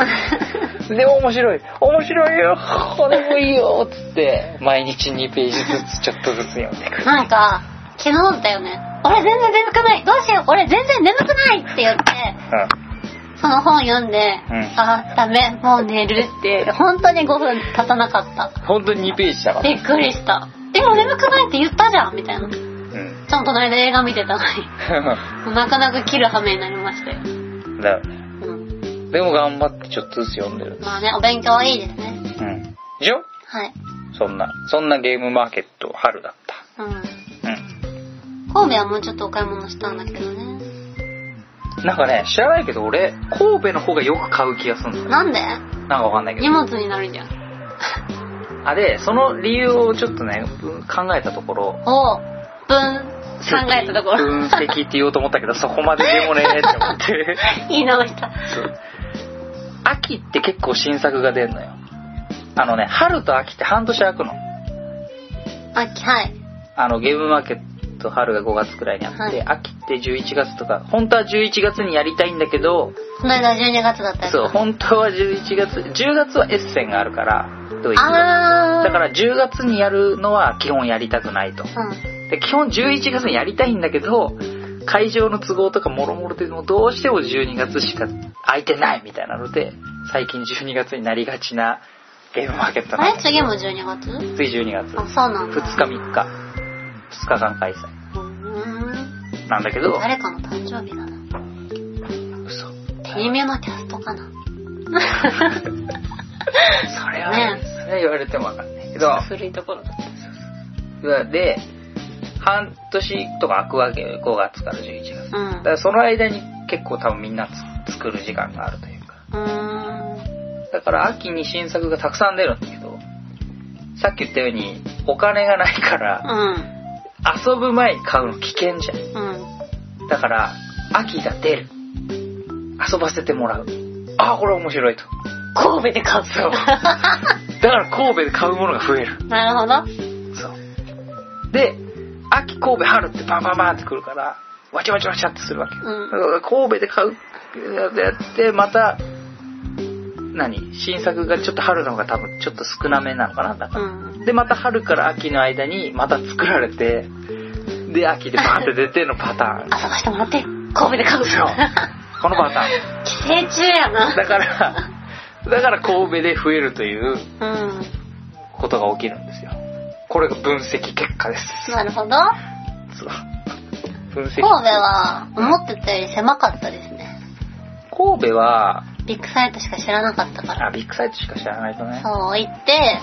S1: てで面白い面白いよこれもいいよっつって毎日2ページずつちょっとずつ読んでいく
S2: ん。 <laughs> なんか、昨日だよね。俺全然眠くない。どうしよう。俺全然眠くないって言って、その本読んで、
S1: ん
S2: あ、ダメ、もう寝るって、本当に5分経たなかった。
S1: うん本当に2ページだから
S2: びっくりした。でも眠くないって言ったじゃんみたいな。ち
S1: うん
S2: ゃんと隣で映画見てたのに。もう泣かなか切る羽目になりましたよ。
S1: だよね
S2: うん。
S1: でも頑張ってちょっとずつ読んでる
S2: まあね、お勉強はいいですね。
S1: うん以上
S2: はい。
S1: そんなそんなゲームマーケット春だっ
S2: うん。
S1: たう
S2: 神戸はもうちょっとお買い物したんだけどね。
S1: んなんかね知らないけど俺神戸の方がよく買う気がするんだよ
S2: なんで
S1: なんかわかんないけど
S2: 荷物になるじゃん。
S1: あでその理由をちょっとね考えたところ
S2: おう、ぶん、考えたところ。
S1: 分析って言おうと思ったけ
S2: <laughs>
S1: ど、そこまででもねーって思って。
S2: 言い直した。
S1: そう秋って結構新作が出んのよ。あのね、春と秋って半年空くの。
S2: あ、はい。
S1: あの、ゲームマーケット春が5月くらいにあって、
S2: はい
S1: 秋って11月とか、本当は11月にやりたいんだけど、
S2: この間12月だったやつ
S1: そう、本当は11月、10月はエッセンがあるから、ドイツが
S2: あー。
S1: だから10月にやるのは基本やりたくないと。
S2: うん。
S1: で基本11月にやりたいんだけど会場の都合とかもろもろでもうどうしても12月しか空いてないみたいなので最近12月になりがちなゲームマーケット
S2: あ
S1: なん
S2: れ
S1: です
S2: 次も12月
S1: つい12月
S2: あ、
S1: 2
S2: そうなん
S1: 日
S2: だ。
S1: 3日2日間開催
S2: うーん。
S1: なんだけど
S2: 誰かの誕生日だな。
S1: 嘘
S2: テニメのキャストかな。
S1: それは、
S2: ね
S1: それは言われてもわかんないけど
S2: <laughs> 古いところだった。
S1: で半年とか空くわけよ5月から11月
S2: う
S1: だ
S2: ん
S1: か。らその間に結構多分みんなつ作る時間があるというか
S2: うーん。
S1: だから秋に新作がたくさん出るんだけど、さっき言ったように、お金がないから、
S2: うん
S1: 遊ぶ前に買うの危険じゃん。
S2: うん
S1: だから、秋が出る。遊ばせてもらう。ああ、これ面白いと。
S2: 神戸で買う
S1: そうだから神戸で買うものが増える。
S2: <laughs> なるほど
S1: そう。で、秋、神戸、春ってバンバンバンってくるから、わちゃわちゃわちゃってするわけよ。
S2: うん
S1: だから神戸で買うってやって、また、何新作がちょっと春の方が多分ちょっと少なめなのかなだから。
S2: うん
S1: で、また春から秋の間にまた作られて、で、秋でバーンって出てのパターン。
S2: <laughs> 遊ばしてもらって神戸で買う
S1: そうこのパター
S2: 寄生虫や
S1: ン。
S2: な
S1: だから、だから神戸で増えるという
S2: うん
S1: ことが起きるんですよ。これが分析結果です。
S2: なるほど
S1: そう分析
S2: 神戸は思ってたより狭かったですね
S1: 神戸は、
S2: ビッグサイトしか知らなかったから
S1: あ、ビッグサイトしか知らないとね。
S2: そう行って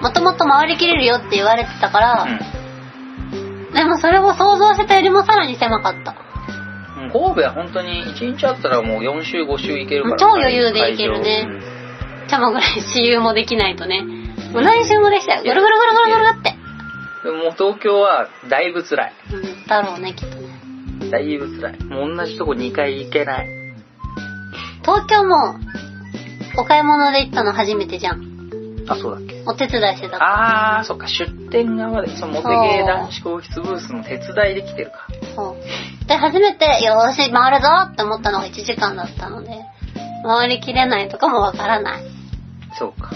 S2: もともと回りきれるよって言われてたから、でもそれを想像してたよりもさらに狭かった
S1: うん。うん神戸は本当に1日あったらもう4週5週行けるから。
S2: 超余裕で行けるね
S1: 会場
S2: ちゃまぐらい私有もできないとねもう来週もでしたよぐるぐるぐるぐるぐるって
S1: うんでももう東京はだいぶ辛い。
S2: うんだろうねきっとね
S1: だいぶ辛い。もう同じとこ2回行けない。
S2: 東京もお買い物で行ったの初めてじゃん
S1: あ、そうだっけ
S2: お手伝いしてたから
S1: あー、そっか、出店側で、そのモテゲー男子高室ブースの手伝いで来てるか。
S2: そうで初めてよーし回るぞって思ったのが1時間だったので回りきれないとかもわからない
S1: そうか。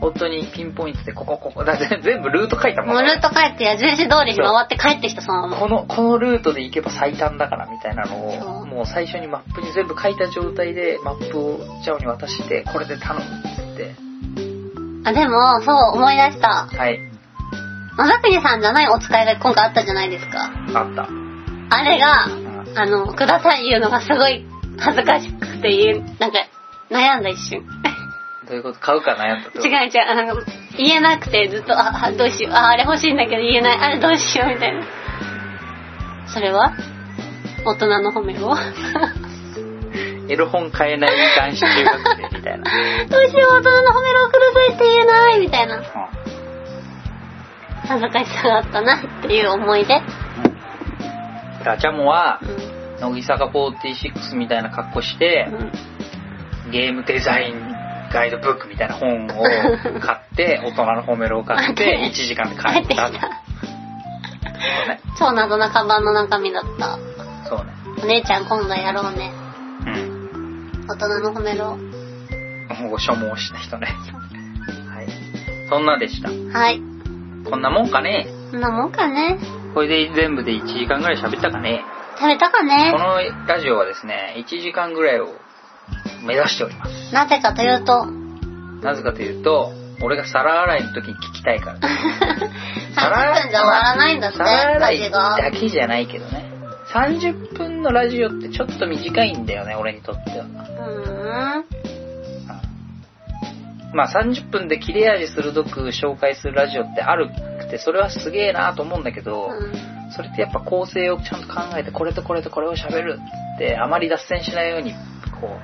S1: 本当にピンポイントでここここだ <laughs> って全部ルート書いたもん
S2: もうルート帰って矢印通りに回って帰ってきたそのまま
S1: このこのルートで行けば最短だからみたいなの
S2: そ
S1: を
S2: う
S1: もう最初にマップに全部書いた状態でマップをジャオに渡してこれで頼むって
S2: あでもそう思い出し
S1: 言
S2: た
S1: ってはい
S2: 野田国さんじゃないお使いが今回あったじゃないですか
S1: あった
S2: あれが
S1: うん
S2: あのください言うのがすごい恥ずかしくて言うなんか悩んだ一瞬
S1: どういうこと買うか悩んだってこと
S2: 違う違うあの言えなくてずっとああどうしようああれ欲しいんだけど言えないあれどうしようみたいなそれは大人の褒めを <laughs> どう
S1: エロ本買えない男子中学生みたい
S2: <laughs>
S1: な、
S2: しよう大人の褒めろをくださいって言えないみたいな
S1: う
S2: 恥ずかしさがあったなっていう思い出
S1: ん、ラチャモは
S2: うん
S1: 乃木坂46みたいな格好して
S2: うん
S1: ゲームデザインガイドブックみたいな本を買って
S2: <laughs>
S1: 大人の褒めるを買っ
S2: 買って
S1: て1時間で
S2: 帰
S1: 帰
S2: っ
S1: ってて
S2: き
S1: た
S2: た超謎なカバンの中身だった
S1: そうね
S2: お姉ちゃん今度やろうね
S1: うん
S2: 大人の褒めろ
S1: ご所望した人ね。はい。そんなでした。
S2: はい
S1: こんなもんかね。
S2: こんなもんかね
S1: これで全部で1時間ぐらい喋ったかね。
S2: 食べたか
S1: こ
S2: ね
S1: のラジオはですね、1時間ぐらいを目指しております。
S2: なぜかというと
S1: なぜかというと、俺が皿洗いの時に聞きたいから。
S2: 30分じゃ終わらないんだって
S1: 皿洗
S2: 家
S1: い
S2: 事が
S1: だけじゃないけどね。30分のラジオってちょっと短いんだよね、俺にとっては。
S2: うーん
S1: まあ30分で切れ味鋭く紹介するラジオってあるくて、それはすげえなと思うんだけど、
S2: うん <laughs>
S1: それってやっぱ構成をちゃんと考えて、これとこれとこれを喋るって、あまり脱線しないように、こ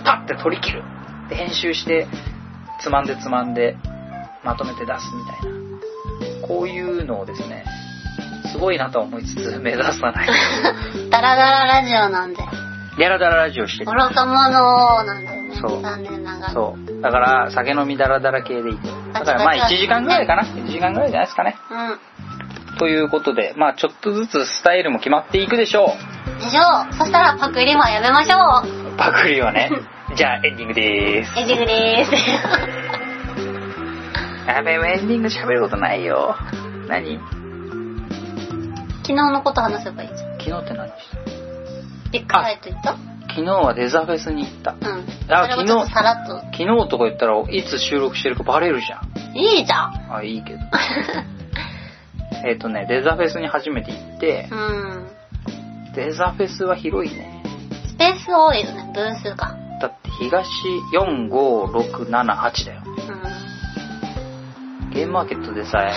S1: う、パッて取り切る。で、編集して、つまんでつまんで、まとめて出すみたいな。こういうのをですね、すごいなとは思いつつ、 <laughs> 目指さない。
S2: ダラダララジオなんで
S1: ダラダララジオしてる。
S2: 愚か者なんだよね
S1: そう
S2: 残念ながら
S1: そう。だから、酒飲みダラダラ系でいいと。だから、まあ、1時間ぐらいかな。1時間ぐらいじゃないですかね。
S2: う
S1: ということで、まあ、ちょっとずつスタイルも決まっていくでしょう。
S2: んでしょうそしたらパクリはやめましょ
S1: パクリは <laughs> ね。じゃあ、エンディングでーす。
S2: うエジフでーす <laughs>
S1: やべえ、エンディング喋ることないよ。何
S2: 昨日のこと話せばいいじゃん
S1: 昨日って何した
S2: ビッグサイト行った
S1: 昨日はデザフェスに行った。
S2: うん
S1: あ
S2: それもちょっとさらっと
S1: 昨日とか言ったらいつ収録してるかバレるじゃん。
S2: いいじゃん。 <laughs>
S1: あ、いいけど。えっとね、デザフェスに初めて行って
S2: う、ん。
S1: デザフェスは広いね。
S2: スペース多いよね、分数が。
S1: だって東45678だよ。
S2: うん。
S1: ゲームマーケットでさえ、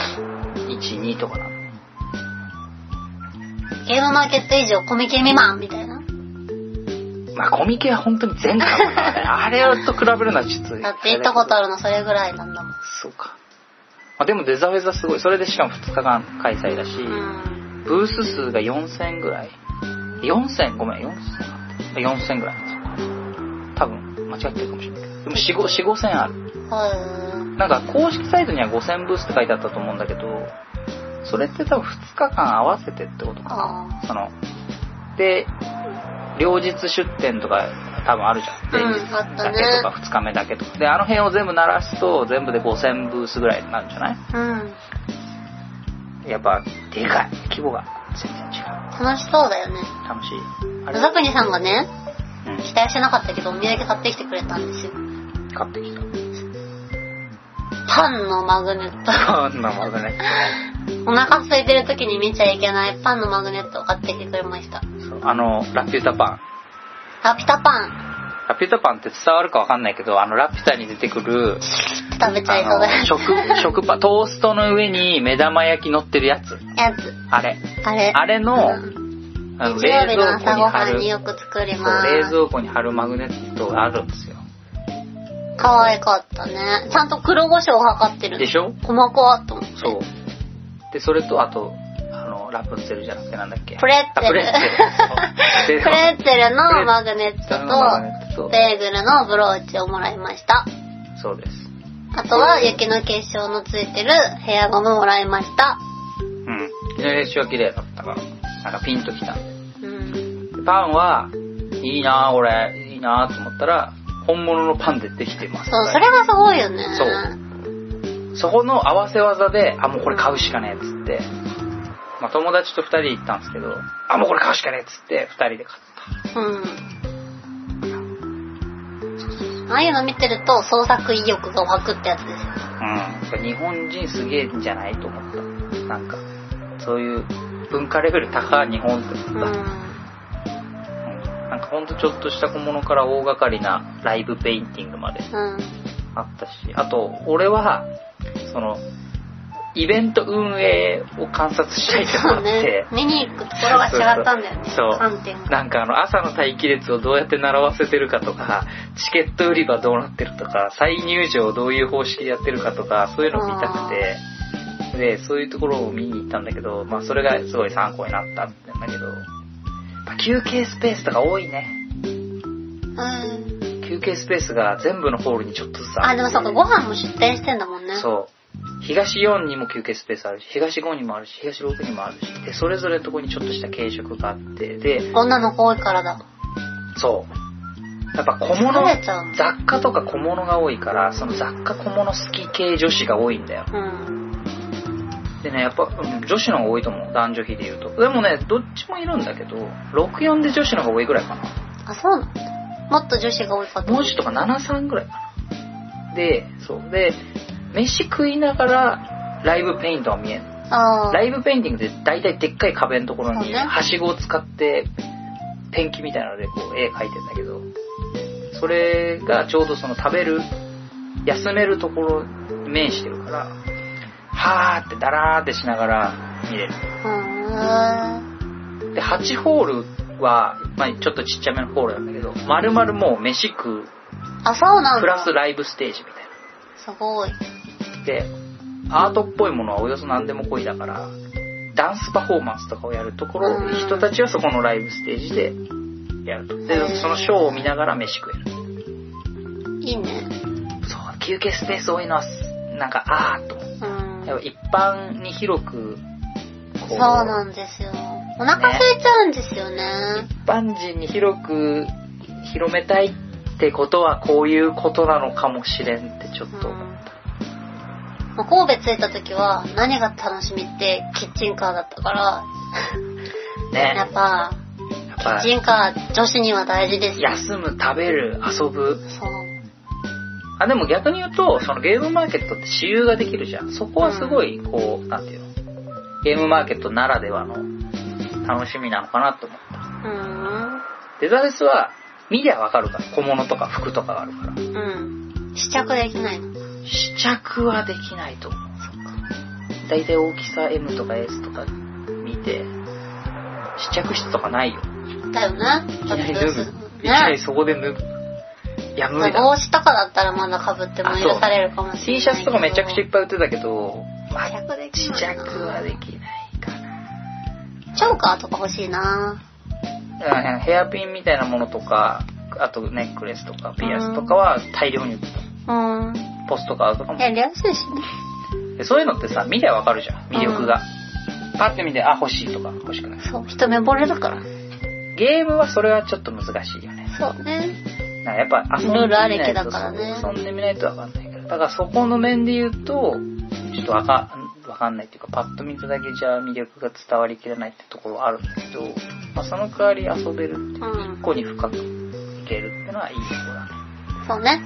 S1: 1、2とかなの。
S2: ゲームマーケット以上コミケ未満みたいな。
S1: まあコミケは本当に前回もねあ <laughs> れと比べるのはちょっ
S2: <laughs>
S1: と
S2: だって行ったことあるのそれぐらいなんだもん。
S1: そうか、まあ、でもデザフェザすごいそれでしかも2日間開催だし、
S2: うん。
S1: ブース数が4000ぐらい4000ごめん4000あ4000ぐらいなんですよ多分間違ってるかもしれないけどでも4 5 4 5000ある
S2: はい。
S1: なんか公式サイトには5000ブースって書いてあったと思うんだけどそれって多分2日間合わせてってことか
S2: あ
S1: そので両日出店とか多分あるじゃん
S2: う
S1: で
S2: ん
S1: 日
S2: あった
S1: だ
S2: ね
S1: けとか2日目だけとかであの辺を全部鳴らすと全部で5000ブースぐらいになるんじゃない
S2: あ。うん。
S1: やっぱでかい規模が全然違う
S2: 楽しそうだよね。
S1: 楽しいあ
S2: う
S1: れ
S2: ざくにさんがね、
S1: う
S2: 期待してなかったけどお土産買ってきてくれたんですよ。
S1: ん買ってきた
S2: パンのマグネッ
S1: <laughs>
S2: ト。
S1: <laughs> そんなもんね
S2: お腹空いてる時に見ちゃいけないパンのマグネットを買ってきてくれました。
S1: そうあのラピュタパン
S2: ラピュタパン。
S1: ラピュタパンって伝わるかわかんないけどあのラピュタに出てくる
S2: 食べちゃいそうだ <laughs>
S1: あの食食パントーストの上に目玉焼き乗ってるやつ
S2: やつ。
S1: あれ
S2: あれ。
S1: あれの
S2: うん
S1: あの
S2: 日曜日の朝ごはん
S1: る
S2: によく作り
S1: そう
S2: ます。
S1: 冷蔵庫に貼るマグネットがあるんですよ
S2: 可愛かったね。ちゃんと黒胡椒を測ってる。
S1: でしょ
S2: 細かっと思って。
S1: そうでそれとあとあのラプンツェルじゃなくてなんだっけ
S2: プレッツェル。
S1: あプレッツェル
S2: <laughs> プレッツェルのマグネッ
S1: そうのマグ
S2: ト
S1: ネット
S2: と、
S1: と
S2: ベーグルのブローチをもらいました。
S1: そうです
S2: あとは雪の結晶のついてるヘアゴムもらいました。
S1: うん昨日練習は綺麗だったからなんかピンときた
S2: うん。
S1: パンはいいなぁこれいいなぁと思ったら本物のパンでできてます
S2: そう、それがすごいよね。
S1: そうそこの合わせ技であもうこれ買うしかねえっつって、まあ、友達と2人で行ったんですけどあもうこれ買うしかねえっつって2人で買っ
S2: うん。ああいうの見てると創作意欲が湧くってやつですよ。
S1: た、うん、日本人すげえんじゃないと思ったなんかそういう文化レベル高い日本って
S2: う
S1: 思った、
S2: ん。
S1: うんなんかほんとちょっとした小物から大掛かりなライブペインティングまで
S2: うん。
S1: あったしあと俺はそのイベント運営を観察したいってのがあ
S2: そ
S1: <laughs>
S2: う
S1: っ
S2: ね
S1: て。
S2: 見に行くところが違ったんだよね。
S1: そう
S2: 観点が。
S1: なんかあの朝の待機列をどうやって習わせてるかとかチケット売り場どうなってるとか再入場をどういう方式でやってるかとかそういうのを見たくてでそういうところを見に行ったんだけどまあそれがすごい参考になったんだけどやっぱ休憩スペースとか多いね
S2: うん。
S1: 休憩スペースが全部のホールにちょっとずつ
S2: あ、
S1: あ
S2: で
S1: る
S2: もそうか、ご飯も出店してんだもんね。う。
S1: そう東4にも休憩スペースあるし東5にもあるし東6にもあるしでそれぞれのとこにちょっとした軽食があってで
S2: 女の子多いからだ。
S1: そう。やっぱ小
S2: 疲れちゃう
S1: 物、雑貨とか小物が多いから、その雑貨小物好き系女子が多いんだよ。
S2: うん。
S1: でね、やっぱ、うん女子の方が多いと思う。男女比で言うと。でもね、どっちもいるんだけど、64で女子の方が多いぐらいかな。
S2: あ、そうなのもっと女子が多いかと思
S1: 文
S2: っ
S1: 字とか73ぐらいかな。で、そう。で、飯食いながら、ライブペイントが見える。
S2: た。ああ。
S1: ライブペインティングって大体でっかい壁のところ
S2: そう
S1: に
S2: ね
S1: はしごを使ってペンキみたいなのでこう絵描いてんだけどそれがちょうどその食べる休めるところに面してるからはーってだらーってしながら見れる
S2: うん。
S1: で8ホールは、まあ、ちょっとちっちゃめのホールなんだけど丸々もう飯食う
S2: あ、そうなんだ。
S1: プラスライブステージみたいな
S2: すごい。
S1: でアートっぽいものはおよそ何でもこいだからダンスパフォーマンスとかをやるところ
S2: うん
S1: 人たちはそこのライブステージでやるとで
S2: へー
S1: そのショーを見ながら飯食える
S2: いいね。
S1: そう休憩スペース多いのはなんかあーっと
S2: うん。
S1: やっぱ一般に広くこう
S2: そうなんですよ。お腹空いちゃうんですよね。
S1: 一般人に広く広めたいってことはこういうことなのかもしれんってちょっ
S2: うん
S1: と思った、
S2: まあ神戸着いた時は何が楽しみってキッチンカーだったから、
S1: ね
S2: やっぱ、
S1: やっ
S2: キッチンカー女子には大事ですよ。
S1: 休む食べる遊ぶ
S2: そう。
S1: あでも逆に言うとそのゲームマーケットって私有ができるじゃんそこはすごいこう、なんていうのゲームマーケットならではの楽しみなのかなと思った
S2: うん。
S1: デザフェスは見りゃわかるから小物とか服とかがあるから
S2: うん。試着できないの。
S1: 試着はできないと思う大体大きさ M とか S とか見て試着室とかないよ
S2: だよね。だってブース
S1: 一台そこで脱ぐ。いや、無理だ。
S2: 帽子とかだったらまだかぶっても許されるかもしれな
S1: T
S2: い
S1: シャツとかめちゃくちゃいっぱい売ってたけど、まあ、
S2: 試着でき
S1: 試
S2: ないな
S1: 着はできないか
S2: チョーカーとか欲しいな
S1: な。うんヘアピンみたいなものとか、あとネックレスとかピアスとかは大量に売ってた。
S2: うん
S1: ポストカードとかも
S2: やりやすいしね
S1: でそういうのってさ、見りゃわかるじゃん、魅力が。パッて見て、あ、欲しいとか、欲しくない。
S2: そう一目惚れだから
S1: ゲームはそれはちょっと難しいよね。
S2: そうね
S1: なんかやっぱ遊んでみ
S2: ルールあり
S1: な
S2: き
S1: い
S2: だ
S1: と
S2: からね
S1: そう遊んでみないとわかんないから。だからそこの面で言うと、ちょっとわかわかんないっていうか、パッと見ただけじゃ魅力が伝わりきらないってところはあるんだけど、まあ、その代わり遊べるっていう、
S2: うん
S1: 一個に深くいけるっていうのはいいところだね。
S2: そうね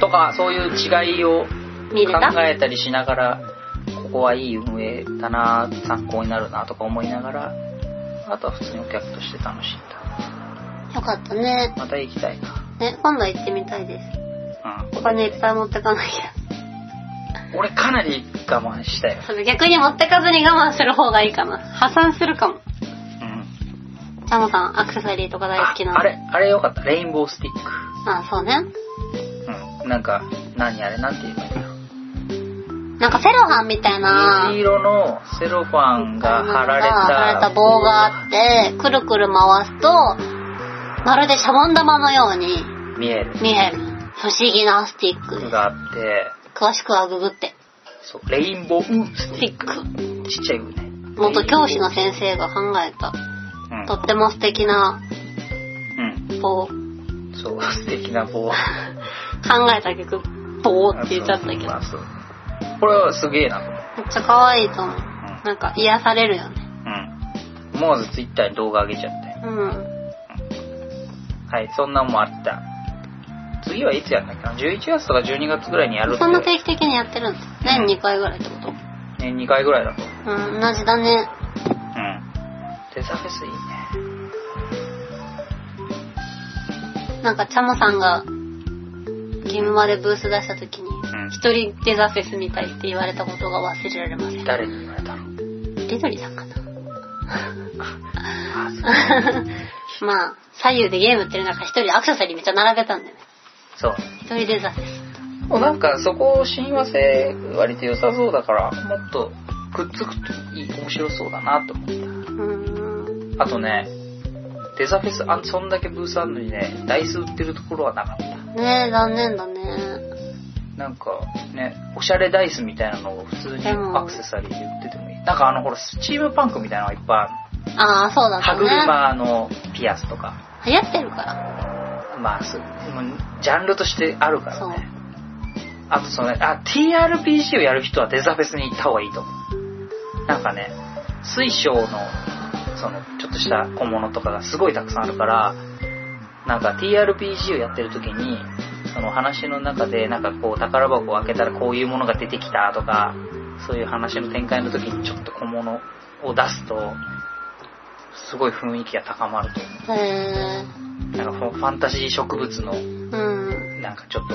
S1: とか、そういう違いを
S2: 見れた
S1: 考えたりしながらここはいい運営だな参考になるなとか思いながらあとは普通にお客として楽しんだ
S2: よかったね
S1: また行きたいな、
S2: ね今度行ってみたいです
S1: う
S2: お金いっぱい持ってかなき
S1: ん、俺かなり我慢したよ
S2: ゃ、それ逆に持ってかずに我慢する方がいいかな破産するかも
S1: うん、
S2: チャモさんアクセサリーとか大好きなの
S1: ああれあれよかったレインボースティッ
S2: あそうね
S1: ク、うん、なんか何あれなんて言えばいいの
S2: なんかセロハンみたいな
S1: 水色のセロファンが貼られた
S2: 貼られた棒があってくるくる回すとまるでシャボン玉のように
S1: 見える
S2: 見える不思議なスティックです
S1: があって
S2: 詳しくはググって
S1: そうレインボース
S2: ス
S1: テ
S2: テ
S1: ィ
S2: ィック
S1: ックちっちゃいよね
S2: 元教師の先生が考えたとっても素敵な
S1: うん、
S2: 棒考
S1: うん、そう素敵な棒
S2: えた曲棒って言っちゃったけどめ
S1: あそうこれはすげえなと思
S2: っちゃ可愛いと思うなんか癒されるよね
S1: う、うん、思わずツイッターに動画上げちゃって
S2: うん
S1: はいそんなんもあった次はいつやんだっけな11月とか12月ぐらいにやるって
S2: そんな定期的にやってるんです年2回ぐらいってこと
S1: 年2回ぐらいだとう
S2: うん同じだね
S1: んデザフェスいいね
S2: なんかチャモさんが現場でブース出した時に
S1: ん
S2: 一人デザフェスみたいって言われたことが忘れられません
S1: 誰に言われたの
S2: リドリさんかな <laughs>
S1: あ
S2: まあ左右でゲームってる中一人でアクセサリーめっちゃ並べたんだよね
S1: そう
S2: 一人デザフェス
S1: でもなんかそこ親和性割と良さそうだからもっとくっつくといい面白そうだなと思った
S2: うーん
S1: あとね、デザフェス、あんそんだけブースあんのにね、ダイス売ってるところはなかった。
S2: ねえ残念だね
S1: なんかね、おしゃれダイスみたいなのを普通に
S2: でも
S1: アクセサリーで売っててもいい。なんかあの、ほら、スチームパンクみたいなのがいっぱいある
S2: ああそうだっ
S1: 歯
S2: たね
S1: 車のピアスとか。
S2: 流行ってるから
S1: まあ、すもうジャンルとしてあるから
S2: そう
S1: ね。あとそのね、あ、TRPG をやる人はデザフェスに行った方がいいと思う。なんかね、水晶の、その、ちょっとした小物とかがすごいたくさんあるから、なんか TRPG をやってる時に、その話の中で、なんかこう、宝箱を開けたらこういうものが出てきたとか、そういう話の展開の時にちょっと小物を出すと、すごい雰囲気が高まると思
S2: へえ
S1: う。なんかフォファンタジー植物の
S2: うん
S1: なんかちょっと、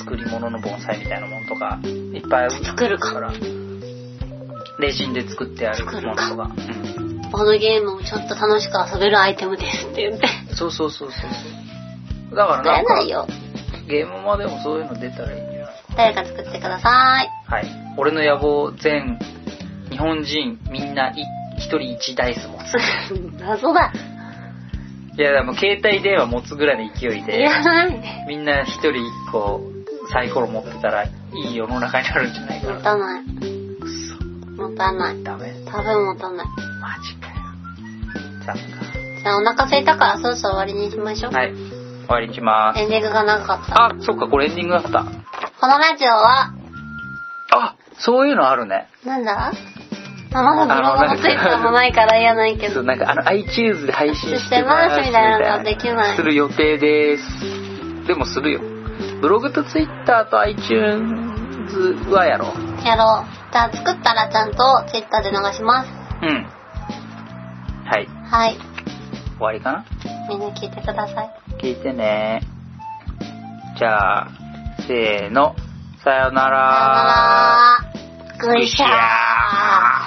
S1: 作り物の盆栽みたいなものとか、いっぱい
S2: 作るか
S1: から、レジンで作ってあるものと
S2: 作る
S1: か。うん
S2: ボードゲームをちょっと楽しく遊べるアイテムですって言って
S1: そうそうそうそうそう。だから
S2: 出
S1: なん
S2: ない
S1: か、
S2: よ
S1: ゲームまでもそういうの出たらいいんじゃない
S2: 誰か作ってください
S1: はい。俺の野望、全、日本人みんない一人一ダイス持つ。
S2: 謎だ。
S1: いや、でも携帯電話持つぐらいの勢い
S2: い
S1: で、
S2: らないね。
S1: みんな一人一個サイコロ持ってたらいい世の中になるんじゃないか
S2: 持
S1: な。
S2: たない。
S1: くそ、
S2: 持たない。
S1: ダメ。
S2: 多分持たない。
S1: マジかよ。残
S2: じゃあお腹空いたからそろそろ終わりにしましょう。
S1: 念。はい。終わりにします。
S2: エンディングが長かった。
S1: あ、そっか、これエンディングだった。
S2: このラジオは、
S1: あ、そういうのあるね。
S2: なんだまあまだブログもついたもないから嫌ないけ
S1: そう
S2: ど。
S1: なんかあの iTunes で配信して
S2: してますみたいなのできない
S1: する予定です。でもするよ。ブログと Twitter と iTunes はやろう。
S2: やろう。じゃあ作ったらちゃんと Twitter で流します。
S1: うん。はい。
S2: はい。
S1: 終わりかな
S2: みんな聞いてください。
S1: 聞いてね。じゃあ、せーの。さよなら。
S2: さよなら。グイシャー。